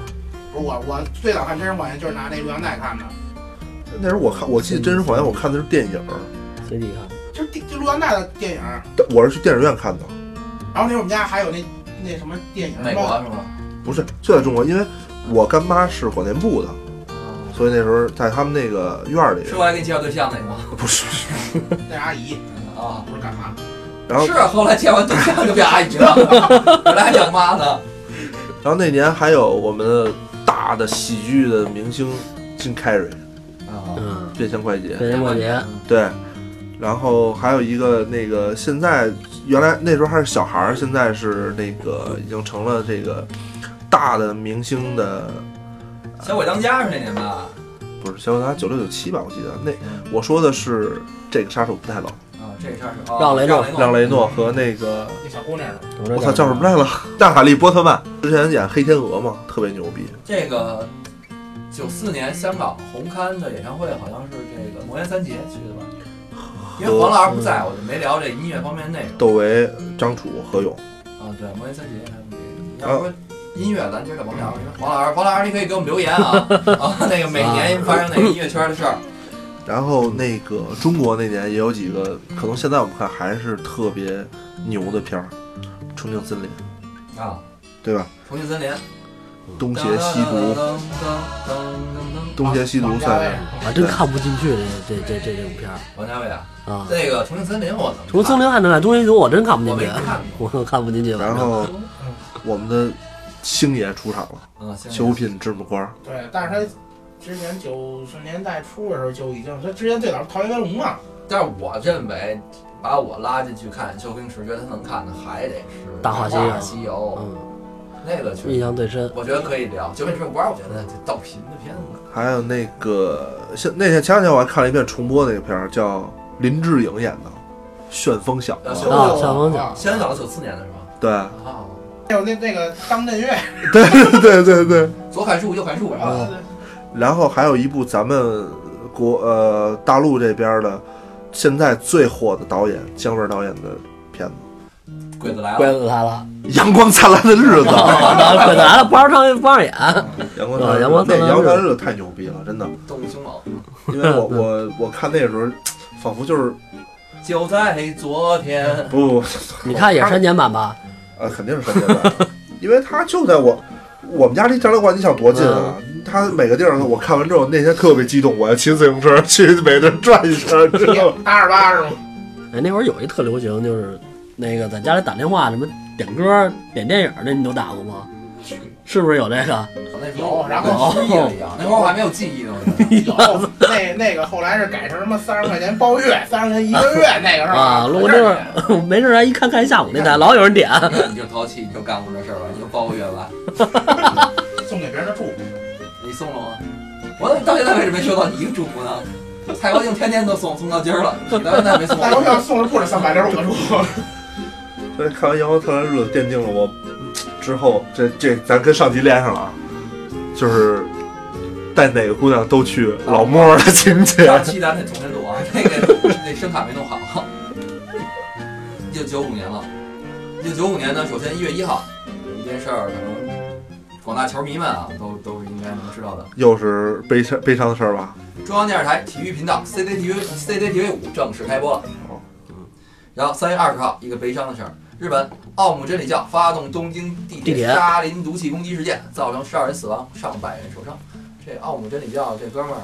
F: 不是我我最早看真实谎言就是拿那录像带看的，
C: 那时候我看，我记得《真实谎言》，我看的是电影，
B: CD 看，
F: 就是地就录像带的电影，
C: 但我是去电影院看的，
F: 然后那会儿我们家还有那那什么电影，
E: 美国是吗？
C: 不是就在中国，因为我干妈是广电部的，所以那时候在他们那个院儿里
E: 是，我还给你介绍对象那个
C: 不是，
F: 那阿姨
E: 啊，
F: 不是干嘛？
C: 然后
E: 是啊后来介完对象就变阿姨了，本来还叫妈呢。
C: 然后那年还有我们的大的喜剧的明星金凯瑞，
E: 啊，
B: 嗯，
C: 《变相快捷》，
B: 北京过节，
C: 对，然后还有一个那个现在原来那时候还是小孩儿，现在是那个已经成了这个大的明星的，
E: 小鬼当家是那年吧？啊
C: 不是小鬼达九六九七吧？我记得那我说的是这个杀手不太冷，
E: 啊，这事儿是啊
B: 让雷诺
C: 让雷诺和那个
F: 那小姑娘呢？
B: 嗯我
C: 我操叫什么来了？娜塔莉波特曼之前演黑天鹅嘛，特别牛逼。
E: 这个九四年香港红磡的演唱会好像是这个魔岩三杰去的吧？因为黄老师不在，我就没聊这音乐方面的内容。
C: 窦唯、张楚、何勇。
E: 啊，对，摩耶三杰还有你，要不说音乐咱今儿就甭聊了，因为黄老师，黄老师你可以给我们留言啊啊，那个每年发生那个音乐圈的事儿，
C: 然后那个中国那年也有几个，可能现在我们看还是特别牛的片儿，《重庆森林》
E: 啊，
C: 对吧？
E: 重庆森林，，
C: 《东邪西毒》《东邪西毒》
F: 王家卫
C: 算是。
B: 我还真看不进去这这这这这部片儿
E: 王家卫啊，
B: 啊。
E: 那个重庆森林我能看，
B: 除了森林还能看，中英雄我真看不
E: 我
B: 进
E: 没
B: 去，
E: 看过，
B: [LAUGHS] 我都看不进去。
C: 然后我们的星爷出场了，
E: 啊，行
C: 九品芝麻官儿。
F: 对，但是他之前九十年代初的时候就已经，他之前最早是《桃园威龙》嘛，
E: 但是我认为，把我拉进去看周星驰，觉得他能看的还得是《
B: 大话西游
E: 西游
B: 嗯，》
E: 那个确
B: 印
E: 实，
B: 象最深。
E: 我觉得可以聊。九品芝麻官，我觉得这道贫的片子
C: 还有那个，像那天前两天我还看了一遍重播那个片儿，叫林志颖演的《旋风小子
E: 啊》。
F: 就
B: 啊小王子
F: 啊，
E: 香港九四年的是吧？
C: 对，
E: 啊，
F: 还有那那个张震岳，
C: 对对对对。
E: 左砍树右砍树啊，
C: 哦然后还有一部咱们国呃大陆这边的现在最火的导演姜文导演的片子
E: 鬼子来
B: 怪
E: 了，
B: 死他 [LAUGHS] 了，
C: 《阳光灿烂的日子》。
B: 啊怪死他了，不让上不让演。
C: [LAUGHS]
B: [LAUGHS]
C: 阳光灿烂的日子，
B: 啊阳光灿烂
C: 那
B: 的日子
C: 阳光灿烂的日子太牛逼了，真的。
E: 动物凶猛。
B: 嗯
C: 因为
B: [LAUGHS]
C: 我我我看那时候，仿佛就是
E: 就在昨天，
C: 不
B: 你看也是删减版吧？
C: 啊，肯定是三千万， [LAUGHS] 因为他就在我我们家离展览馆，你想多近啊？
B: 嗯
C: 他每个地儿，我看完之后那天特别激动，我要骑自行车去每个地儿转一圈，你知道吗？
F: 八二八是吗？
B: 哎，那会儿有一特流行，就是那个在家里打电话，什么点歌、点电影的，你都打过吗？是不是有这个？ [LAUGHS]
E: 哦那时候
F: 有然后
E: 失忆了一样，那会儿我还没有记忆呢。我觉
B: [LAUGHS]
E: 得
F: 有那那个后来是改成什么三十块钱包月，三十块钱一
B: [LAUGHS]
F: 个月那个是吧？
B: 啊录制我没事儿还一看看一下午 [LAUGHS] 那台，老有人点。
E: [LAUGHS] 你看你就淘气，你就干过这事儿了，你就包过月了，
F: 送给别人的祝福。
E: 你送了吗？我到现在为止没收到你一个祝福呢。蔡国庆天天都送，送到今儿了，你到现在没送我。
F: 大邮票送了不止三百六十五个祝福。
C: 所以看完《阳光灿烂的日子》奠定了我嗯之后，这这咱跟上集连上了啊，就是带哪个姑娘都去老莫的情 [LAUGHS] 节。
E: 上期咱得重新录啊，那个那声卡没弄好。一九九五年了，一九九五年呢，首先一月一号有一件事儿，可能广大球迷们啊都都是应该能知道的。
C: 又是悲伤悲伤的事儿吧？
E: 中央电视台体育频道 CCTV CCTV 五正式开播了。
C: 哦
E: 嗯，然后三月二十号，一个悲伤的事儿，日本奥姆真理教发动东京地
B: 地
E: 铁
B: 铁
E: 沙林毒气攻击事件，造成十二人死亡，上百人受伤。这奥姆真理教这哥们儿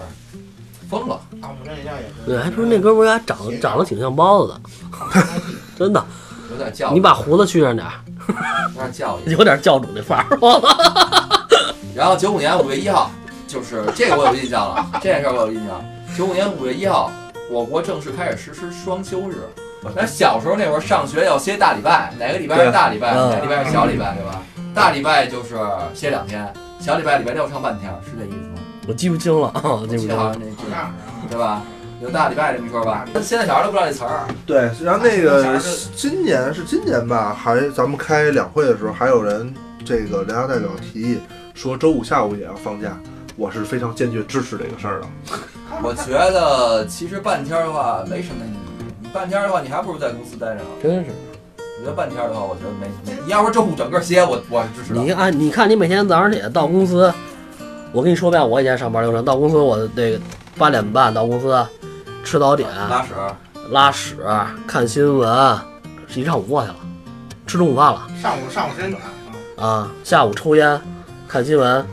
E: 疯了，
F: 啊，我们这一下也是。
B: 对，还说
F: [LAUGHS]
B: 那哥们儿还长长得挺像包子的， [LAUGHS] 真的。
E: 有点教育，
B: 你把胡子去上点儿，哦
E: 有点教育。
B: 有点教主那范 [LAUGHS] 儿。我操
E: 然后九五年五月一号，就是这个我有印象了，这件事儿我有印象。九五年五月一号，我国正式开始实施双休日。咱小时候那会儿上学要歇大礼拜，哪个礼拜是大礼拜，
B: 对
E: 哪个礼拜是小礼拜，对吧？大礼拜就是歇两天，小礼拜礼拜六上半天，是这意思吗？
B: 我记不清了，啊
E: 我
B: 记不
E: 记
B: 清
E: 得好
B: 了。
E: 像那
F: 这样啊
E: 对吧？有大礼拜这么一说吧？现在小孩都不知道这词儿，
C: 对，然后那
E: 哎
C: 个
E: 小时候
C: 今年是今年吧，还咱们开两会的时候，还有人这个联合代表提议说周五下午也要放假，我是非常坚决支持这个事儿的。
E: 我觉得其实半天儿的话没什么意义。你半天儿的话，你还不如在公司待着呢。
B: 真是，
E: 我觉得半天儿的话，我觉得没没。你要说周五整个歇，我我是支持的。
B: 你啊，你看你每天早上起来到公司，我跟你说遍我以前上班流程。到公司我那个八点半到公司，吃早点，啊
E: 拉屎，
B: 拉屎，看新闻，一上午过去了，吃中午饭了
F: 上午上午时间短啊，
B: 啊，下午抽烟，看新闻，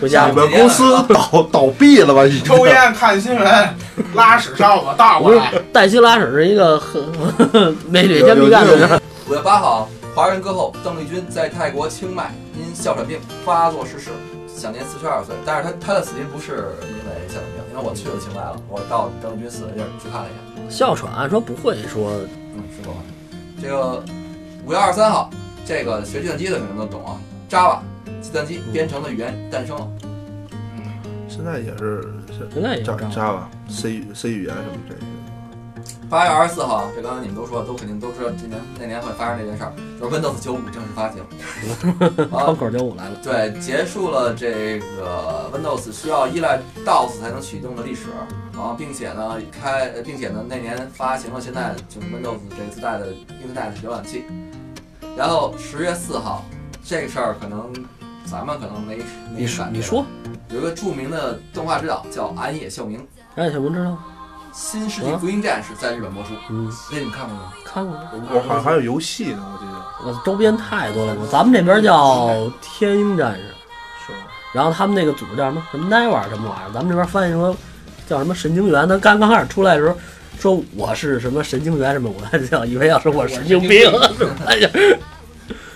B: 回家
C: 你。们公司倒倒闭了吧？已经
F: 抽烟看新闻，拉屎上火倒
B: 我
F: 过
B: 是
F: 来。
B: 黛西拉屎是一个很 [LAUGHS] [LAUGHS] 美女
C: 有
B: 先必干的
C: 有
B: 人，
E: 五月八号，华人歌后邓丽君在泰国清迈因哮喘病发作逝世，享年四十二岁。但是她她的死因不是因为哮喘病，因为我去了清迈了，我到邓丽君死的地儿去看了一下。
B: 哮喘说不会说
E: 嗯，是吧？这个五月二十三号，这个学计算机的肯定都懂啊，Java 计算机编程的语言诞生了。
C: 现在也是
B: 现在也
C: 加
B: 这样。
C: Java、C C 语言什么这些。
E: 八月二十四号啊，这刚才你们都说了，都肯定都知道今年那年会发生这件事儿，就是 Windows 九五正式发行。啊
B: 窗，口九五来了，
E: 对，结束了这个 Windows 需要依赖 DOS 才能启动的历史，然后并且呢开，呃并且呢那年发行了现在就是 Windows 这自带的 Internet 浏览器。然后十月四号，这个事儿可能咱们可能没没
B: 你说
E: 感觉
B: 你说，
E: 有一个著名的动画指导叫安野秀明，《
B: 哎，小明知道，
E: 新世纪
B: 嗯
E: 福音战士》在日本播出，
B: 嗯，
E: 那你们看过吗？
B: 看过，
I: 我好像还有游戏呢，我记得
B: 我呃周边太多了，咱们这边叫天鹰战士，
I: 是吧？
B: 然后他们那个组织叫什么什么 Never 什么玩意儿，咱们这边翻译说叫什么神经元。他刚刚开始出来的时候说我是什么神经元什么，我还想以为要说我神经
E: [LAUGHS]
B: 病，哎呀，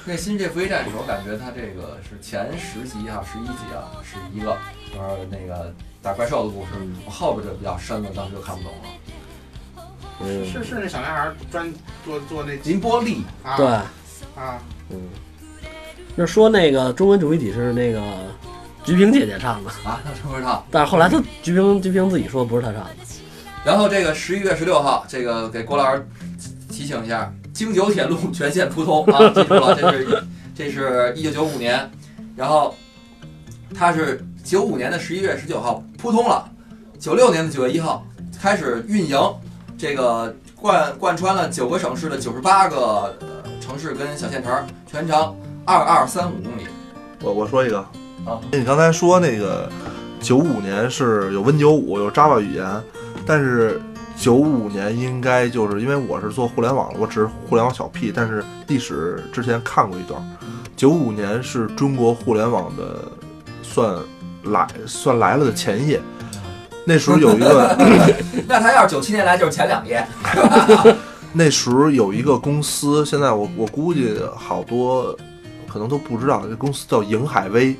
E: 那《新世界福音战士》，我感觉它这个是前十集啊、十一集啊，是一个就是那个打怪兽的故事，我后边就比较深了，当时就看不懂了。
B: 嗯，
F: 是是那小男孩专做做那
E: 林波丽，
F: 啊
B: [LAUGHS] 对，
F: 啊，
B: 嗯，就说那个中文主义体是那个菊萍姐姐唱的，
E: 啊， [LAUGHS] 他不知道。
B: 但是后来她菊萍菊萍自己说不是她唱的，
E: 然后这个十一月十六号，这个给郭老师提醒一下，京九铁路全线铺通啊，记住了，这是这是一九九五年，然后它是九五年的十一月十九号铺通了，九六年的九月一号开始运营，这个贯贯穿了九个省市的九十八个呃城市跟小县城，全长二二三五公里。
C: 我我说一个
E: 啊，
C: 你刚才说那个九五年是有 Win 九五有 Java 语言，但是九五年应该就是因为我是做互联网的，我只是互联网小 P，但是历史之前看过一段，九五年是中国互联网的算来算来了的前夜，那时候有一个。
E: 那他要是九七年来就是前两页，
C: 那时候有一个公司，现在我我估计好多可能都不知道，这公司叫瀛海威，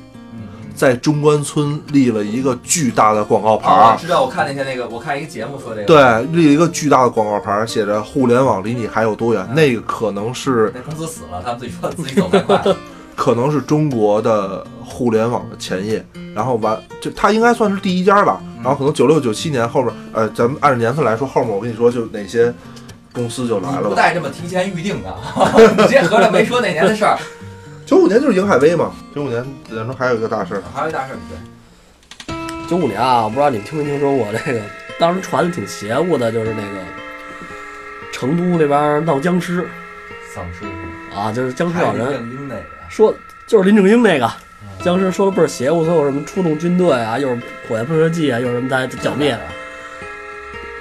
C: 在中关村立了一个巨大的广告牌
E: 啊，
C: 儿
E: 我，知道我看那天那个，我看一个节目说这个，，
C: 对，立了一个巨大的广告牌儿，写着“互联网离你还有多远”，
E: 嗯
C: 那个可能是
E: 那公司死了，他们自己说自己走太
C: [LAUGHS]
E: 快。
C: 可能是中国的互联网的前夜，然后完就它应该算是第一家吧，然后可能九六九七年后面，呃，咱们按照年份来说，后面我跟你说就哪些公司就来
E: 你
C: 了
E: 不
C: 吧，
E: 带这么提前预定的， [LAUGHS] 你这合着没说哪年的事儿。
C: 九五年就是瀛海威嘛，嗯九五年咱说还有一个大事儿。
E: 还有一大事儿，对，
B: 九五年啊，我不知道你们听没听说过这个，当时传的挺邪乎的，就是那个成都那边闹僵尸
E: 丧尸
B: 啊，就是僵尸咬人，
E: 正英那个，啊
B: 说就是林正英那个
E: 嗯
B: 僵尸说的倍儿邪乎，说有什么出动军队啊，又是火焰喷射器啊，又是什么在剿灭，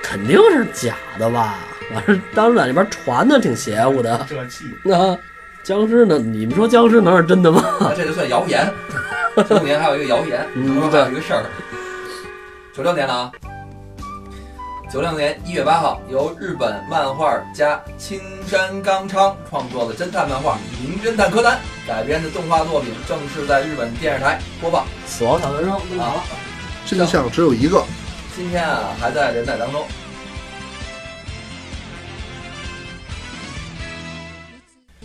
B: 肯定是假的吧？反正当时在那边传的挺邪乎的。
F: 这气
B: [LAUGHS] 那、僵尸呢？你们说僵尸能是真的吗？
E: 那这就算谣言。九五年还有一个谣言，
B: 嗯
E: 说还有一个事儿。九六年了啊，九六年一月八号，由日本漫画家青山刚昌创作的侦探漫画《名侦探柯南》改编的动画作品正式在日本电视台播放
B: 死亡小学生
E: 啊。
I: 真相只有一个，
E: 今天啊还在连载当中。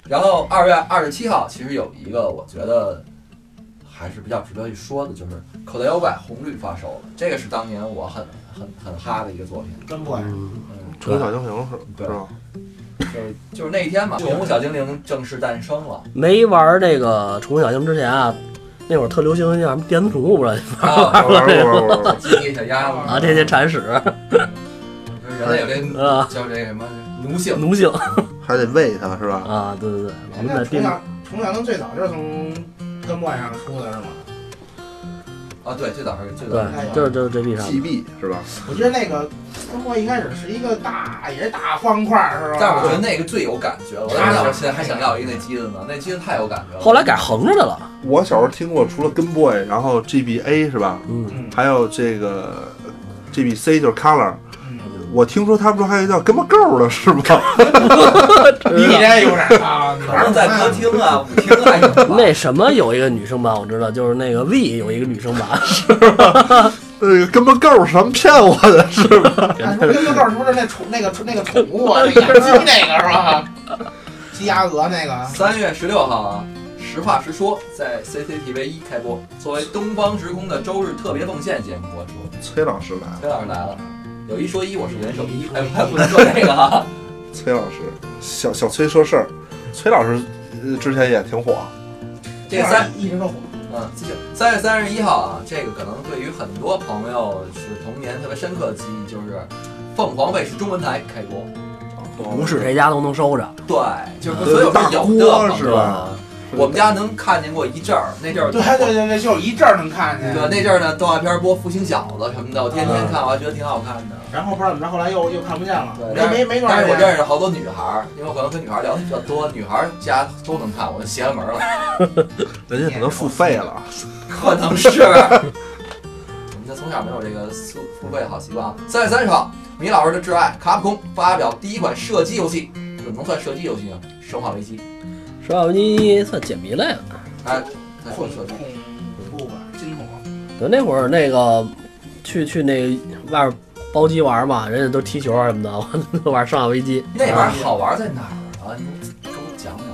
E: 然后二月二十七号，其实有一个我觉得还是比较值得一说的，就是《口袋妖怪》红绿发售了，这个是当年我很很很哈的一个作品。
F: 真怪，
E: 嗯，
C: 宠物小精灵是
E: 对
C: 是吧？
E: 就是就是那一天嘛，宠物小精灵正式诞生
B: [LAUGHS]
E: 了。
B: 没玩这个《宠物小精灵》之前啊，那会儿特流行叫什么电子宠物，不知道
E: [LAUGHS] 啊，
C: 玩玩玩玩玩，
E: 吉利小鸭子
B: 啊，这些铲 [LAUGHS] 屎
E: 人类有这
B: 啊，
E: 叫这个什么奴性，
B: 奴性
I: 还得
C: [LAUGHS]
I: 喂它是吧？
B: 啊，对对对，我们
F: 那
B: 在
F: 虫
B: 电
F: 小虫小灯最早就是从根冠上出的是吗？
E: 啊，对，最早是最早是
B: 对，就是就是这地上
I: 寄币是吧？
F: 我记得那个根冠一开始是一个大也是大方块儿是吧？
E: 但是我觉得那个最有感觉了，我当时我现在还想要一个那机子呢，那机子太有感觉了。
B: 后来改横着的了，
C: 我小时候听过，除了跟 boy，然后 GBA 是吧？
B: 嗯，
F: 嗯
C: 还有这个 GBC 就是 Color。
F: 嗯，
C: 我听说他们说还有一叫跟 girl 的是吧？ [LAUGHS]
F: 你这有点啊，
E: 哪
F: 哪儿
E: 能在歌厅啊、舞厅啊有吧？
B: 那什么有一个女生版我知道，就是那个 V 有一个女生版，
C: 呃，跟 girl 什么骗我的是吧？
E: 啊
F: 哎，
E: [LAUGHS]
F: 不是那告诉不是那宠那个宠那个宠物啊，那养鸡那个
E: [LAUGHS]
F: 是吧？鸡鸭鹅那个，
E: 三月十六号啊，实话实说在 CCTV 一开播，作为东方时空的周日特别奉献节目播出。
I: 崔老师来了，
E: 崔老师来了，有一说一，我是元首，哎，不能说这个啊。
C: 崔老师，小小崔说事儿，崔老师呃之前也挺火，
E: 这个三
F: 一直都火，
E: 嗯，继续。三月三十一号啊，这个可能对于很多朋友是童年特别深刻的记忆，就是凤凰卫视中文台开播。
B: 不
C: 哦
B: 是谁家都能收着，
E: 对，就是跟所有
C: 大
E: 有的
C: 锅
E: 朋
C: 是
E: 友，
C: 吧？
E: 我们家能看见过一阵儿，那阵儿
F: 对对对对，就是一阵儿能看见。
E: 对那阵儿呢，动画片播《福星小子》什么的，我天天
F: 嗯
E: 看，我还觉得挺好看的。
F: 然后不知道怎么着，后来又又看不见了，
E: 对
F: 没没没多
E: 但
F: 长
E: 是我
F: 时间。
E: 认识好多女孩儿，因为我可能跟女孩儿聊的比较多，女孩儿家都能看，我就邪了门儿了，
G: 人家可能付费了，
E: 可能
F: [LAUGHS]
E: 是。我们家从小没有这个付付费好习惯啊。三月三十号，米老师的挚爱卡普空发表第一款射击游戏，怎么能算射击游戏呢？《生化危机》
B: 是吧？你算解谜类了。
E: 哎，再说
F: 控
E: 射击。
F: 恐怖吧，惊恐。
B: 对，那会儿那个去去那外边包机玩嘛，人家都踢球什么的，我玩生化危机。
E: 那边
B: 啊
E: 好玩在哪儿啊？你给我讲讲。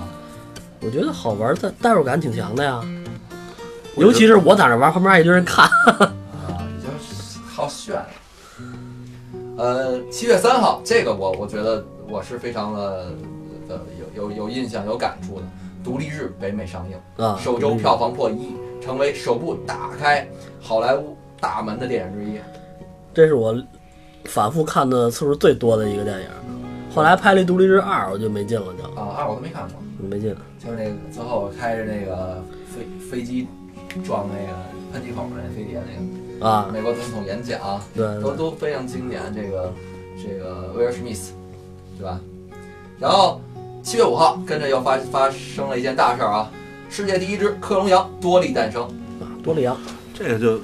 B: 我觉得好玩，代代入感挺强的呀。
G: 我觉得
B: 尤其是我在那玩，旁边一堆人看。
E: 啊，你就是好炫。呃，七月三号，这个我我觉得我是非常的呃有有有印象、有感触的。独立日北美上映，
B: 啊，
E: 首周票房破亿，成为首部打开好莱坞大门的电影之一。
B: 这是我反复看的次数最多的一个电影。后来拍了一《独立日二》，我就没劲了，就
E: 啊，二我都没看过，
B: 没劲了。
E: 就是那个最后开着那个飞飞机撞那个喷气孔那飞碟那个
B: 啊，
E: 美国总统演讲。
B: 对，
E: 都都非常经典。这个这个威尔史密斯，对吧？然后七月五号，跟着又发发生了一件大事儿啊！世界第一只克隆羊多利诞生，
B: 啊多利羊
G: 这个就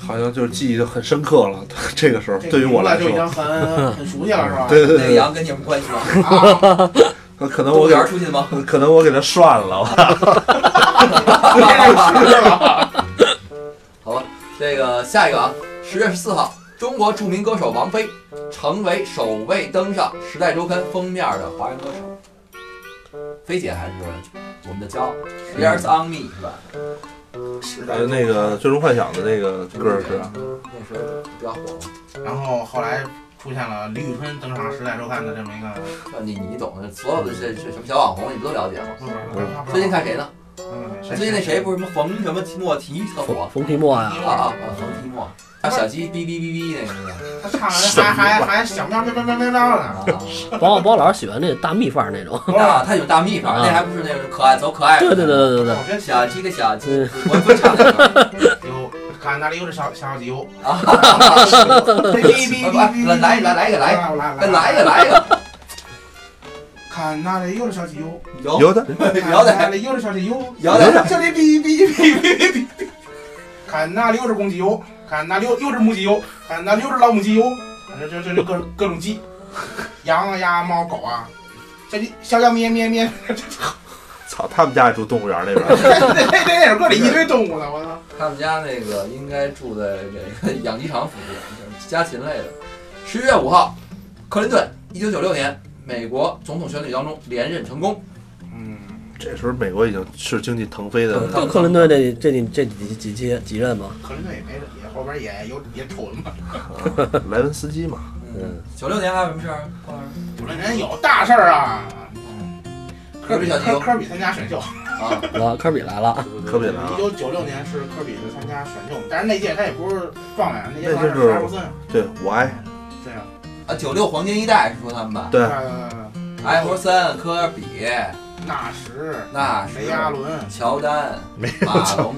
G: 好像就是记忆就很深刻了。 [LAUGHS] 这个时候
F: 这个
G: 对于我来
F: 名字就已
G: 说，[LAUGHS]
F: 经很很熟悉了，是吧？
G: 对对
E: 那个
G: 对
E: 羊跟你们关系
G: [LAUGHS]
E: 吗？
F: 啊，
G: 对，可能
E: 动物
G: 我
E: 园出去的吗？
G: 给可能我给他涮了， [LAUGHS]
E: 好吧，这个下一个啊，十月十四号，中国著名歌手王菲成为首位登上《时代周刊》封面的华人歌手。菲姐还是我们的骄傲，Years
G: 嗯
E: on Me 是吧？
F: 是
G: 呃，
F: 的。
G: 那个最终幻想的那个歌儿是吧？
E: 那时候比较火嘛。
F: 然后后来出现了李宇春登上《时代周刊》的这么一个，
E: 那你你懂的，所有的这这什么小网红，你不都了解吗？
F: 不是不是
G: 哦
F: 不是
E: 最近看谁呢？
F: 嗯
E: 最近那谁不是什么哎冯什么提莫提特火
B: 冯冯提莫呀，
E: 啊啊啊！冯提莫，还有小鸡哔哔哔哔那个那
F: 他唱完还还还小喵喵喵喵喵喵呢，
E: 个啊，
B: [LAUGHS] 包包老师喜欢那大蜜范儿那种。 [LAUGHS]
F: 不是
E: 那啊他有大蜜蜂，那还不是那个可爱走可爱？
B: 对对对。对对对，嗯
F: 我觉得小
E: 小鸡的小鸡，我不唱那个。
F: 有看哪里有这小小鸡有，
E: 啊
F: 哔哔哔哔
E: 来来来来一个来，
F: 来
E: 哎
F: 来
E: 来一个来一个，
F: 看哪里有这小鸡有，
E: 有
G: 有的，
E: 有
F: 看哪
E: 的
F: 里有这小鸡有，
E: 有的，
F: 这里哔哔哔哔哔，看哪里有这公鸡有，看哪里有有这母鸡有，看哪里有这老母鸡有，反正这这这各各种鸡，羊啊鸭啊猫狗啊，这里小羊咩咩咩，
G: 操，他们家也住动物园那边
F: 那
G: 儿， [LAUGHS]
F: 那那电影歌里一堆动物呢，我操！
E: 他们家那个应该住在这个养鸡场附近，就是家禽类的。十一月五号，克林顿，一九九六年美国总统选举当中连任成功。
F: 嗯，
G: 这时候美国已经是经济腾飞
E: 嗯
G: 的，
E: [LAUGHS]
B: 就克林顿这这这几几期几任嘛，
F: 克林顿也没也后边也有也瞅着嘛，
G: 呃莱文斯基嘛，
E: 嗯，九六年还有什么事儿？关老师
F: 有的人有大事儿啊。科比
E: 有这小鸡有
F: 科科比参加选秀，
E: 啊，
B: 啊，科比来了，
G: 科比来
F: 一
G: 了，
F: 九九六年是科比是参加选秀，但是那届他也不是状元，那届
G: 那
F: 他是
G: 就是
F: 查尔森，
G: 对我爱，
F: 对啊，
E: 啊，九六黄金一代是说他们吧？
G: 对，啊
F: 呃，
E: 艾弗森、哎科比、
F: 纳什、
E: 纳什
F: 梅、亚伦
E: 乔丹、
G: 没
E: 马龙，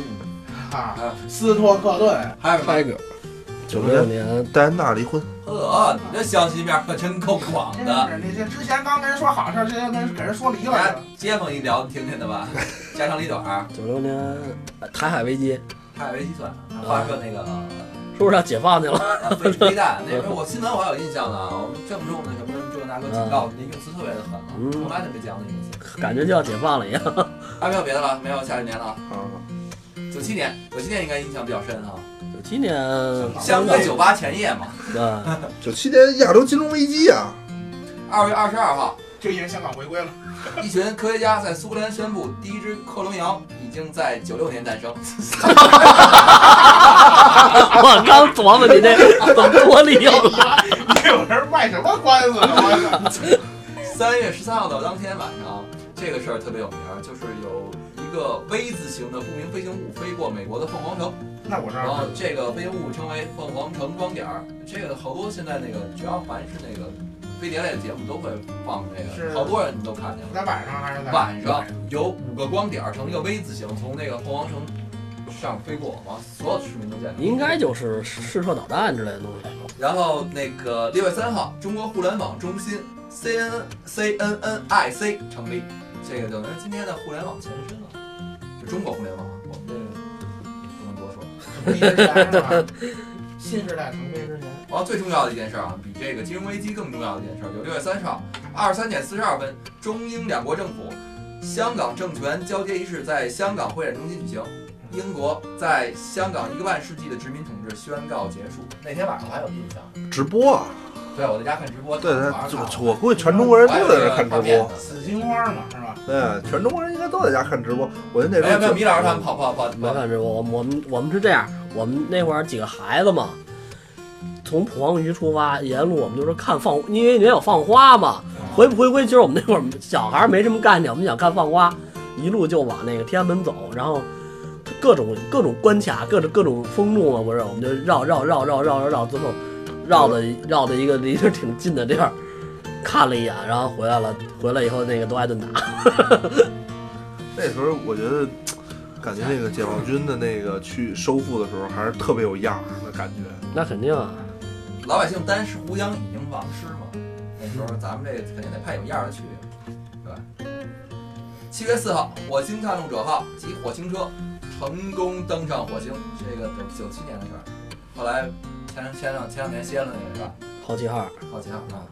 F: 啊
E: 还有，
F: 斯托克顿，
E: 还有什么？
B: 哥，
G: 九
B: 九
G: 六
B: 六
G: 年
B: 年
G: 戴安娜离婚，
E: 呵，哦你这消息面可真够广
F: 真
E: 的。
F: 是那些之前刚跟人说好事儿，这些跟给人说离
E: 大
F: 了
E: 家，街坊一聊，听听的吧，家长里短儿，
B: 九六年呃台海危机，
E: 还有微计算，话说那个。
B: 是不是要解放去了？ [LAUGHS]
E: 啊，飞飞弹那时候我新闻我还有印象呢，我们郑重的什么什么这个那个警告，那用词特别的狠啊，
B: 嗯
E: 从来就没讲那用词。啊
B: 感觉就要解放了一样。
E: 还没有别的了，没有下一年了啊。
G: 啊，
E: 九七年，九七年应该印象比较深哈，
B: 九七年
E: 相
B: 港
E: 对九八前夜嘛。
B: 啊，
C: 九七年亚洲金融危机啊，
E: 二月二十二号，
F: 就因为香港回归了。 [LAUGHS]
E: 一群科学家在苏联宣布，第一只克隆羊已经在九六年诞生。
B: [LAUGHS] 我刚琢磨你这怎么脱离又来，
F: 哎这有人卖什么关子呢？我操！
E: 三月十三号的当天晚上，这个事儿特别有名儿，就是有一个 V 字形的不明飞行物飞过美国的凤凰城，
F: 那我这
E: 然
F: 儿
E: 后这个飞行物称为凤凰城光点儿。这个好多现在那个只要凡是那个飞碟类的节目都会放这
F: 是
E: 个，好多人都看见了。
F: 在晚上还是在
E: 晚上有五个光点儿成一个 V 字形，从那个凤凰城上飞过，往所有的市民都见到。
B: [LAUGHS] 应该就是试射导弹之类的东西。
E: 然后那个六月三号，中国互联网中心 C N C N N I C 成立，这个等于是今天的互联网前身了，就中国互联网，啊我们这个不能多说。
F: 新时代是吧？新时啊代腾飞之前，
E: 然后哦最重要的一件事啊，比这个金融危机更重要的一件事，就六月三十号二十三点四十二分，中英两国政府香港政权交接仪式在香港会展中心举行。英国在香港一个半世纪的殖民统治宣告结束。那天晚上我还有印象，
G: 直播啊，
E: 对我在家看直播，
G: 对，
E: 晚上
G: 对，
E: 看
G: 就我估计全中国人都在这看直播，
F: 死金花嘛是吧？
G: 对，全中国人应该都在家看直播。我觉得那
E: 没
G: 时
E: 有
G: 候
E: 哎没有，
G: 就
E: 米老师他们跑跑跑
B: 没
E: 跑，
B: 看直播，我们我们我们是这样，我们那会儿几个孩子嘛，从蒲黄榆出发，沿路我们就是看放，因为也有放花嘛，回不回归，其实我们那会儿小孩儿没什么概念，我们想看放花，一路就往那个天安门走，然后各种各种关卡，各种各种封路嘛，不是，我们就绕绕绕绕绕绕绕，最后绕的绕的一个离这挺近的地儿。看了一眼，然后回来了。回来以后，那个都挨顿打。
G: 那时候我觉得，感觉那个解放军的那个去收复的时候，还是特别有样儿的感觉。
B: 那肯定啊，
E: 老百姓单是胡杨已经亡师嘛，那时候咱们这肯定得派有样儿的去，对吧？七月四号，火星探路者号及火星车成功登上火星，这个九九七年的事儿。后来前两前两前两年歇了那个是吧？
B: 好奇号，
E: 好奇号啊。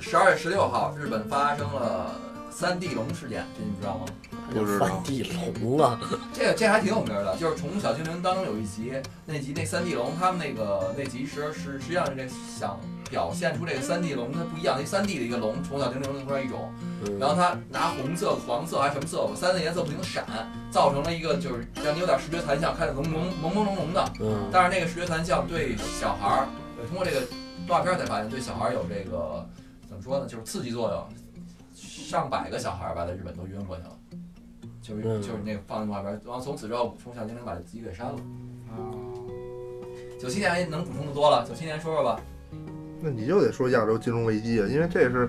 E: 十二月十六号，日本发生了三地龙事件，这你知道吗？
G: 不知道
B: 翻地龙啊！
E: 这个这还挺有名儿的，就是《宠物小精灵》当中有一集，那集那三地龙他们那个那集是是实际上是这想表现出这个三地龙它不一样，一三地的一个龙，宠物小精灵弄出来一种，然后它拿红色、黄色还是什么色，三个颜色不停地闪，造成了一个就是让你有点视觉残像，看着朦朦朦朦胧胧的，
B: 嗯，
E: 但是那个视觉残像对小孩儿，对通过这个动画片儿才发现对小孩儿有这个怎么说呢，就是刺激作用。上百个小孩儿吧，在日本都晕过去了，就是
B: 嗯
E: 就是那个放动画片儿，然后从此之后，宠物小精灵把自己给删了。
F: 啊，
E: 九七年能补充的多了，九七年说说吧。
G: 那你就得说亚洲金融危机啊，因为这是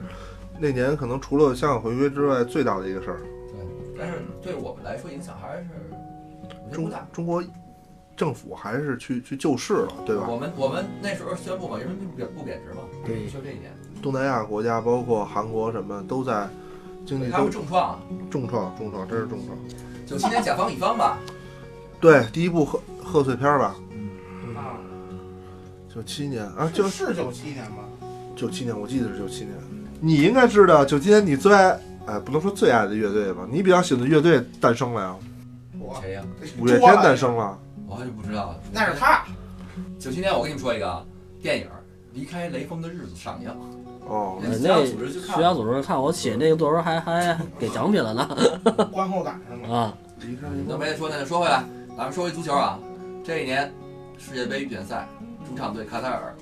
G: 那年可能除了香港回归之外最大的一个事儿。
E: 但是对我们来说影响还是我觉得不
G: 中
E: 大。
G: 中国政府还是去去救市了，对吧？
E: 我们我们那时候宣布嘛，人民币不贬不贬值嘛，
B: 对
E: 就这一点，
G: 东南亚国家包括韩国什么都在经济
E: 他
G: 都
E: 们重嗯创啊。
G: 重创，重创，真是重创。
E: 九七年甲方乙方吧，
G: 对，第一部贺贺岁片儿吧，
F: 啊，
G: 九七年啊，
F: 这
G: 就是
F: 九七年吗？
G: 九七年，我记得是九七年。你应该知道，九七年你最爱，哎，不能说最爱的乐队吧？你比较喜欢的乐队诞生了呀，
F: 我
E: 谁呀？
G: 五月天诞，生了，
E: 我还是不知道。
F: 那是他。
E: 九七年，我跟你们说一个啊，电影儿《离开雷锋的日子》上映，
G: 哦，
E: 人家
B: 那
E: 组织去看
B: 学校组织看我写那个作文还还给奖品了呢
F: 观后感是吗？
B: 啊！
G: 离开
E: 那没得说，那就说回来，咱们说回足球啊。这一年世界杯预选赛，主场对卡塔尔，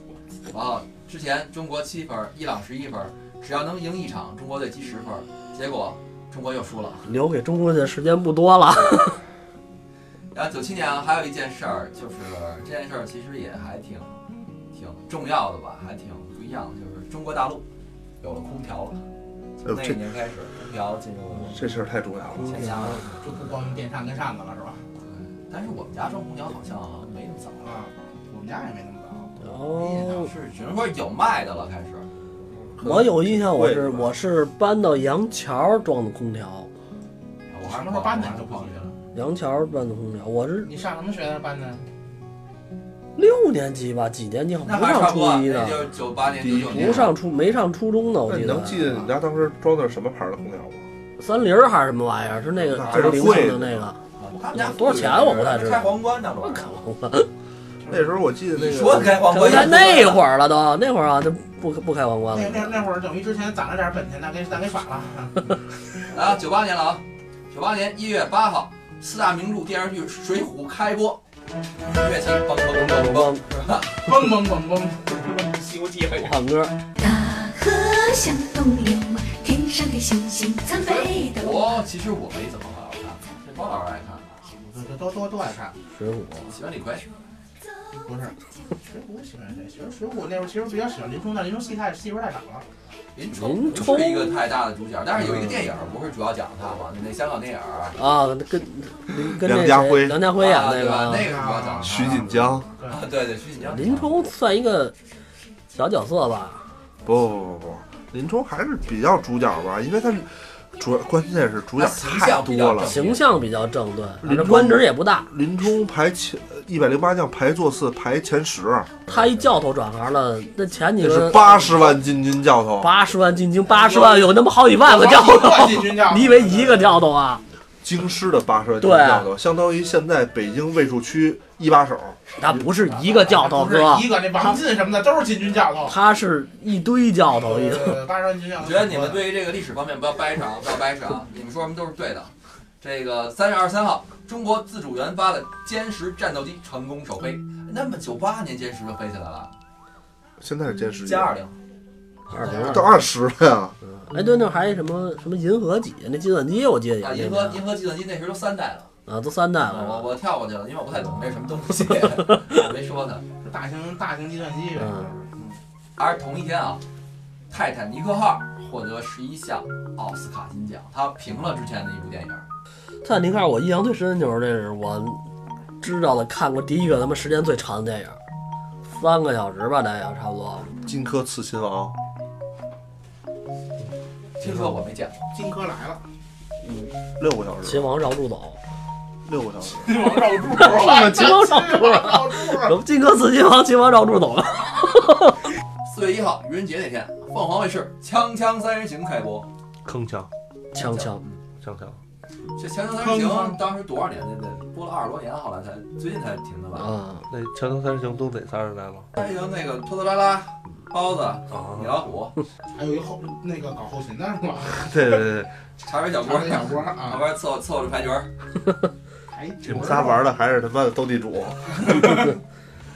E: 然后之前中国七分，伊朗十一分，只要能赢一场，中国队积十分，结果中国又输了。
B: 留给中国的时间不多了。
E: 然后九七年啊还有一件事儿，就是这件事儿其实也还挺挺重要的吧，还挺不一样的，就是中国大陆有了空调了。从那一年开始，空调进入了
G: 这事儿太重要了。
B: 嗯
E: 全家了。
F: 就不光电扇跟扇子了是吧？
E: 但是我们家装空调好像没那么早，
F: 啊，我们家也没那么早。
B: 然
E: 没印象
B: 后
E: 是只能说有卖的了开始。
B: 哦我有印象，我是
G: 贵吧
B: 我是搬到杨桥装的空调，
E: 我还是
F: 什么时候搬的
E: 我还是
F: 都不
E: 逛
F: 记
E: 街
F: 得
E: 了
F: 了。
B: 杨桥搬的空调，我是
F: 你上什么学那班的？
B: 六年级吧，几年级？不
E: 那还是差
B: 上
E: 不
B: 初
E: 多，
B: 一
E: 那
B: 呢，
E: 就是九八年、九
G: 第一
E: 九年。
B: 不上初没上初中呢，我
G: 那你
B: 记得
G: 能记得你家当时装的是什么牌儿的空调吗？
B: 三菱儿还是什么玩意儿？是那个
G: 那
B: 二零
G: 贵
B: 的那个，
E: 啊他们家
B: 多少钱我不太知道
E: 开皇冠呢，我
B: 我靠！
G: 那时候我记得那
E: 你说
G: 个
E: 开皇
B: 可
E: 冠，
B: 那会儿了都，那会儿啊，就不不开皇冠
F: 那那
B: 了。
F: 那会儿等于之前攒了点本钱，咱给咱给反了。
E: 啊，九八年了啊，九八年一月八号，四大名著电视剧《水浒》开播，乐器嘣嘣嘣嘣嘣，是吧？
F: 蹦蹦蹦蹦，《西游记》还有
B: 唱歌，
J: 大河向东流，天上的星星参北斗。
B: 哦
E: 我哦其实我没怎么好好看，这包老师爱看，
F: 这都都都爱看。
B: 水浒
E: 喜欢李逵。
F: 不是，水浒喜欢谁？其实水浒那会儿其实比较喜欢林冲，但林冲戏太戏份太少了。
E: 林冲
B: 林
E: 不
B: 冲
E: 是一个太大的主角，但是有一个电影儿不是主要讲他吗？那香港电影儿，
B: 啊，跟跟
C: 梁
B: 那
C: 家
B: 谁
C: 辉
B: 梁家辉演
E: 啊
B: 那
E: 对
B: 个
E: 吧？那个
B: 啊，
E: 是主要讲他。
C: 徐锦江，
F: 对，
E: 啊，对对，徐锦江。
B: 林冲算一个小角色吧。
C: 不不不不，林冲还是比较主角吧，因为他主要关键是主角太多了
E: 他形象比较。
B: 形象比较正对，
C: 林
B: 反正
C: 冲
B: 官职也不大。
C: 林冲排前一百零八将排座次排前十，
B: 他一教头转行了，那钱你
C: 这是
B: 说
C: 八十万金军教头，
B: 八十万进京，八十万有那么好几万个教头，
F: 进军教，
B: 你以为一个教头啊？
C: 京师的八十万金军教头，相当于现在北京卫戍区一把手。
B: 他不是一个教头哥
F: 啊不是，一个那王进什么的都是进军教头。
B: 他是一堆教头，一堆
F: 八十万军教
E: 我
F: 头。
E: 觉得你们对于这个历史方面不要掰扯啊，不要掰扯
B: [LAUGHS]
E: 啊，你们说什么都是对的。这个三月二十三号，中国自主研发的歼十战斗机成功首飞。那么九八年歼十就飞起来了，
C: 现在是歼十一
E: 歼，二零，
B: 二零
C: 到
B: 二。
C: 二十了呀。
B: 哎，对，那还什么什么银河几那计算机，我记得
E: 啊，
B: 也
E: 银
B: 是
E: 河银河计算机那时候都三代了，
B: 啊，都三代了。
E: 我
B: 是吧
E: 我跳过去了，因为我不太懂这是什么东
B: [LAUGHS]
E: 西，我没说呢。
F: 大型大型计算机。
C: 嗯
E: 而同一天啊，泰坦尼克号获得十一项奥斯卡金奖，它平了之前的一部电影。
B: 泰坦尼克号我印象最深就是这是我知道的看过第一个他妈时间最长的电影，三个小时吧，大概差不多。
C: 荆轲刺秦王，
E: 听说我没见过，
F: 荆轲来了，
C: 六个小时
B: 秦，王绕柱走，
C: 六个小时。 [LAUGHS]
F: 秦王绕柱，秦王绕柱，
E: 啊
B: 什么荆轲刺秦王，秦王绕柱走了。
E: 四月一号愚人节那天，凤凰卫视《锵锵三人行》开播。
C: 铿锵
B: 枪枪，
C: 锵锵，
E: 这《锵锵三人行》当时多少年了？得播了二十多年，后来才最近才停的吧？
B: 啊，
C: 那《锵锵三人行》都哪仨人来了？
E: 三人行那个拖拖拉拉、包子、
C: 啊
E: 米老虎、
F: [LAUGHS] 还有一后那个搞后勤的是吧？
C: 对对对，
E: 茶水小
F: 小
E: 锅
F: 郭，，小郭
E: 旁
F: 啊，
E: 边伺候伺候着牌局儿。
F: 哎，
C: 你们仨玩的还是他妈的斗地主。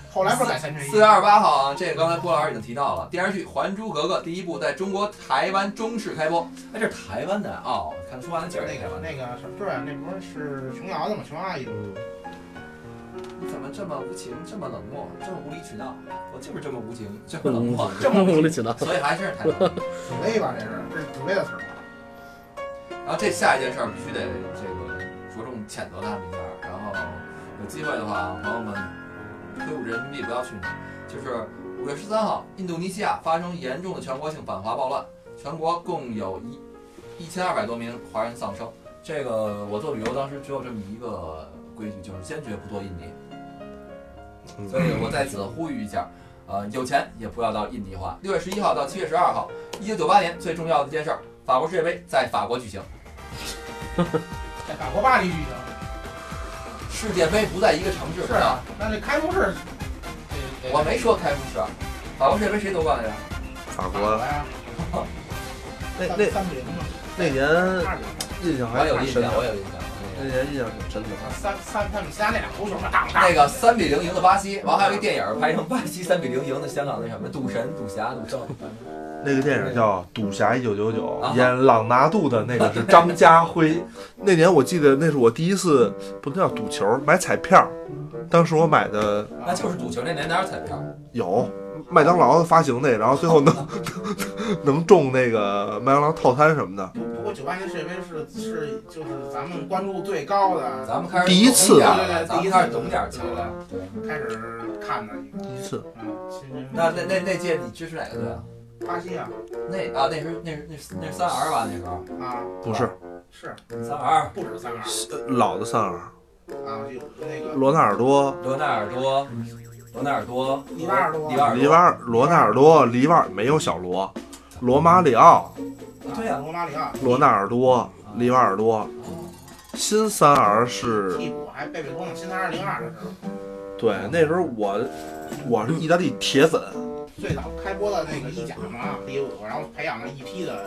F: 后来不是改三缺一
E: 四月？二十八号啊，这个刚才郭老师已经提到了，电视剧《还珠格格》第一部在中国台湾中视开播。哎，这是台湾的哦，看说完了
F: 就
E: 景
F: 是
E: 儿
F: 那
E: 台
F: 个
E: 湾的
F: 那个是对，那不是是琼瑶的嘛，琼瑶阿姨的。
C: 嗯
E: 你怎么这么无情，这么冷漠，这么无理取闹？我就是这么无情，这么冷漠，这
B: 这
E: 么
B: 么
E: 无
B: 无
E: 理，
B: 理 [LAUGHS] 取闹。
E: 所以还是台湾。
F: 紫薇吧，这是这是紫薇的词儿啊吧？
E: 然后这下一件事儿必须得这个着重谴责他们一下，然后有机会的话，朋友们推五人民币不要去拿。就是五月十三号，印度尼西亚发生严重的全国性反华暴乱，全国共有一一千二百多名华人丧生。这个我做旅游当时只有这么一个规矩，就是坚决不做印尼，
C: 嗯
E: 所以我在此呼吁一下。呃，有钱也不要到印尼花。六月十一号到七月十二号，一九九八年最重要的一件事儿，法国世界杯在法国举行。
F: 在法国巴黎举行。
E: 世界杯不在一个城市，
F: 是啊，，那这开幕式，
E: 我没说开幕式，法国世界杯谁夺冠来着？
C: 法
F: 法国
C: 国
F: 呀，
C: 那
F: 三
C: 那
F: 三比零嘛，
C: 那年
F: 二比零，
C: 印象
E: 我
C: 还
E: 有
C: 挺
E: 印
C: 深
E: 象，
C: 的
E: 我，有印象。嗯
C: 那年印象挺深的。
F: 三三他们仨那俩头球嘛，当当
E: 那个三比零赢的巴西，完还有一个电影拍成巴西三比零赢的香港那什么赌神、赌侠、赌圣，
C: 那个电影叫《赌侠一九九九
E: 啊》，
C: 演朗拿度的那个是张家 [LAUGHS] 辉。那年我记得那是我第一次不能叫赌球，买彩票。当时我买的
E: 那就是赌球那年哪有彩票？
C: 有麦当劳发行那，然后最后能 [LAUGHS] 能中那个麦当劳套餐什么的。
F: 不不过九八年世界杯是是就是咱们关注最高的，
E: 咱们开始
C: 第一次
E: 懂
F: 对
E: 点儿了
F: 对对，
E: 咱
F: 第一
E: 们
F: 次
E: 开始懂点儿球了。
F: 对，开始看的一个，
C: 第一次
F: 嗯，其实
E: 那那那那届你支持哪个队啊？
F: 巴西啊
E: 那啊，那时候那是那是那是三 R 吧？那时候
F: 啊
C: 不是
F: 是
E: 三 R，
F: 不止三个二
C: 老的三儿，
F: 啊，有那个
C: 罗纳尔多、
E: 罗纳尔多，罗纳尔多，
F: 里瓦尔多
E: 里瓦尔
C: 里瓦尔罗纳尔多、里瓦尔没有小罗，罗马里奥、
E: 啊对呀
F: 啊罗马里奥
C: 罗纳尔多、里瓦尔多。新三 R 是
F: 替补还贝贝多呢，新三二零二的时候，
C: 对，那时候我我是意大利铁粉，
F: 最早开播的那个意甲嘛，也有，然后培养了一批的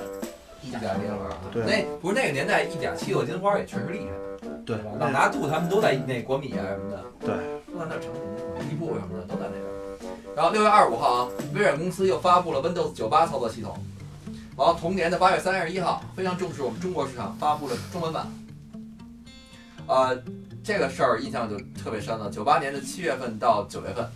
F: 意甲
E: 一甲
F: 球
E: 金
F: 员。
E: 花，
C: 对
E: 啊
C: 啊
E: 那不是那个年代一甲七六金花也确实厉害，
C: 对
E: 吧？朗拿度他们都在那国米啊什么的，
C: 对，
E: 都在那儿成啊伊布什么的都在那边。然后六月二十五号啊，微软公司又发布了 Windows 九八操作系统。然后同年的八月三十一号，非常重视我们中国市场，发布了中文版。呃，这个事儿印象就特别深了。九八年的七月份到九月份，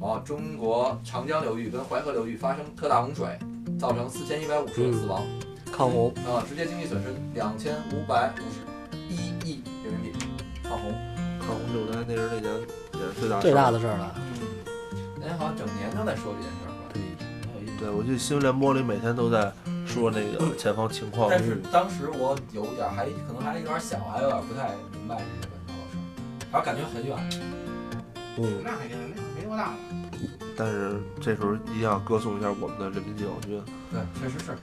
E: 然后中国长江流域跟淮河流域发生特大洪水，造成四千一百五十人死亡。
B: 抗洪，
E: 啊，直接经济损失两千五百五十一亿人民币，抗洪。
C: 抗洪救灾那是那年也是最大
B: 最大
C: 的
B: 的事儿了。
E: 那哎好像整年都在说这件事儿吧？
B: 对，
E: 没有印
C: 事儿。
E: 象
C: 对，我记得新闻联播里每天都在说那个
K: [CLEARS THROAT]
C: 前方情况。
E: 但是当时我有点儿还可能还有点儿小，还有点儿不太明白这个本事，反正感觉很远。
B: 嗯，
F: 那肯定那没多大嘛。
C: 但是这时候一定要歌颂一下我们的人民解放军。
E: 对，确实是。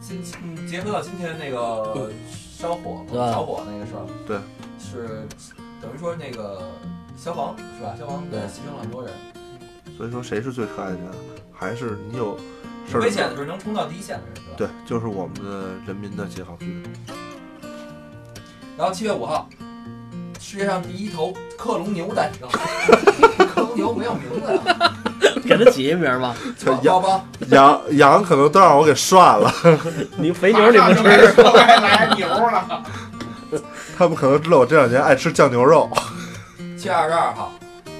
E: 今今嗯结合到今天那个烧火
B: 对吧
E: 着火那个事儿，
C: 对，
E: 是等于说那个消防是吧？消防
B: 对
E: 牺牲了很多人，
C: 所以说，谁是最可爱的人？还是你有事儿
E: 危
C: 的
E: 险的
C: 时候？
E: 时候能冲到第一线的人，对吧？
C: 对，就是我们的人民的解放
K: [LAUGHS]
C: 军。
E: 然后七月五号，世界上第一头克隆牛诞生。 [LAUGHS] 克隆牛没有名字啊呀、
B: 给他起一名吧。
C: 这
E: 啊，包包
C: 羊羊可能都让我给涮了，
B: 你肥牛你不吃，
F: 吃，该来牛了。
C: 他们可能知道我这两年爱吃酱牛肉。
E: 七月二十二号，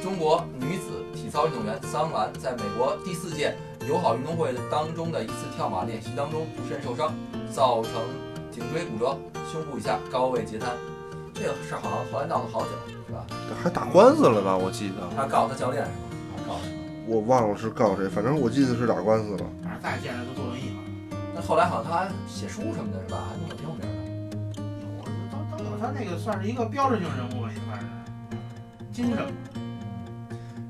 E: 中国女子体操运动员桑兰在美国第四届友好运动会当中的一次跳马练习当中不慎受伤，造成颈椎骨折、胸部以下高位截瘫。这个事儿好像后来闹了好久，是吧？
C: 还打官司了吧？我记得，
E: 他告他教练是吧？还告他。
K: 我忘了是告谁，反正我记得是打官司了。
F: 反正在线上都坐轮椅了。
E: 那后来好像他还写书什么的，是吧？还弄得挺有名的。
F: 我都都有他那个算是一个标志性人物吧，也算是精神。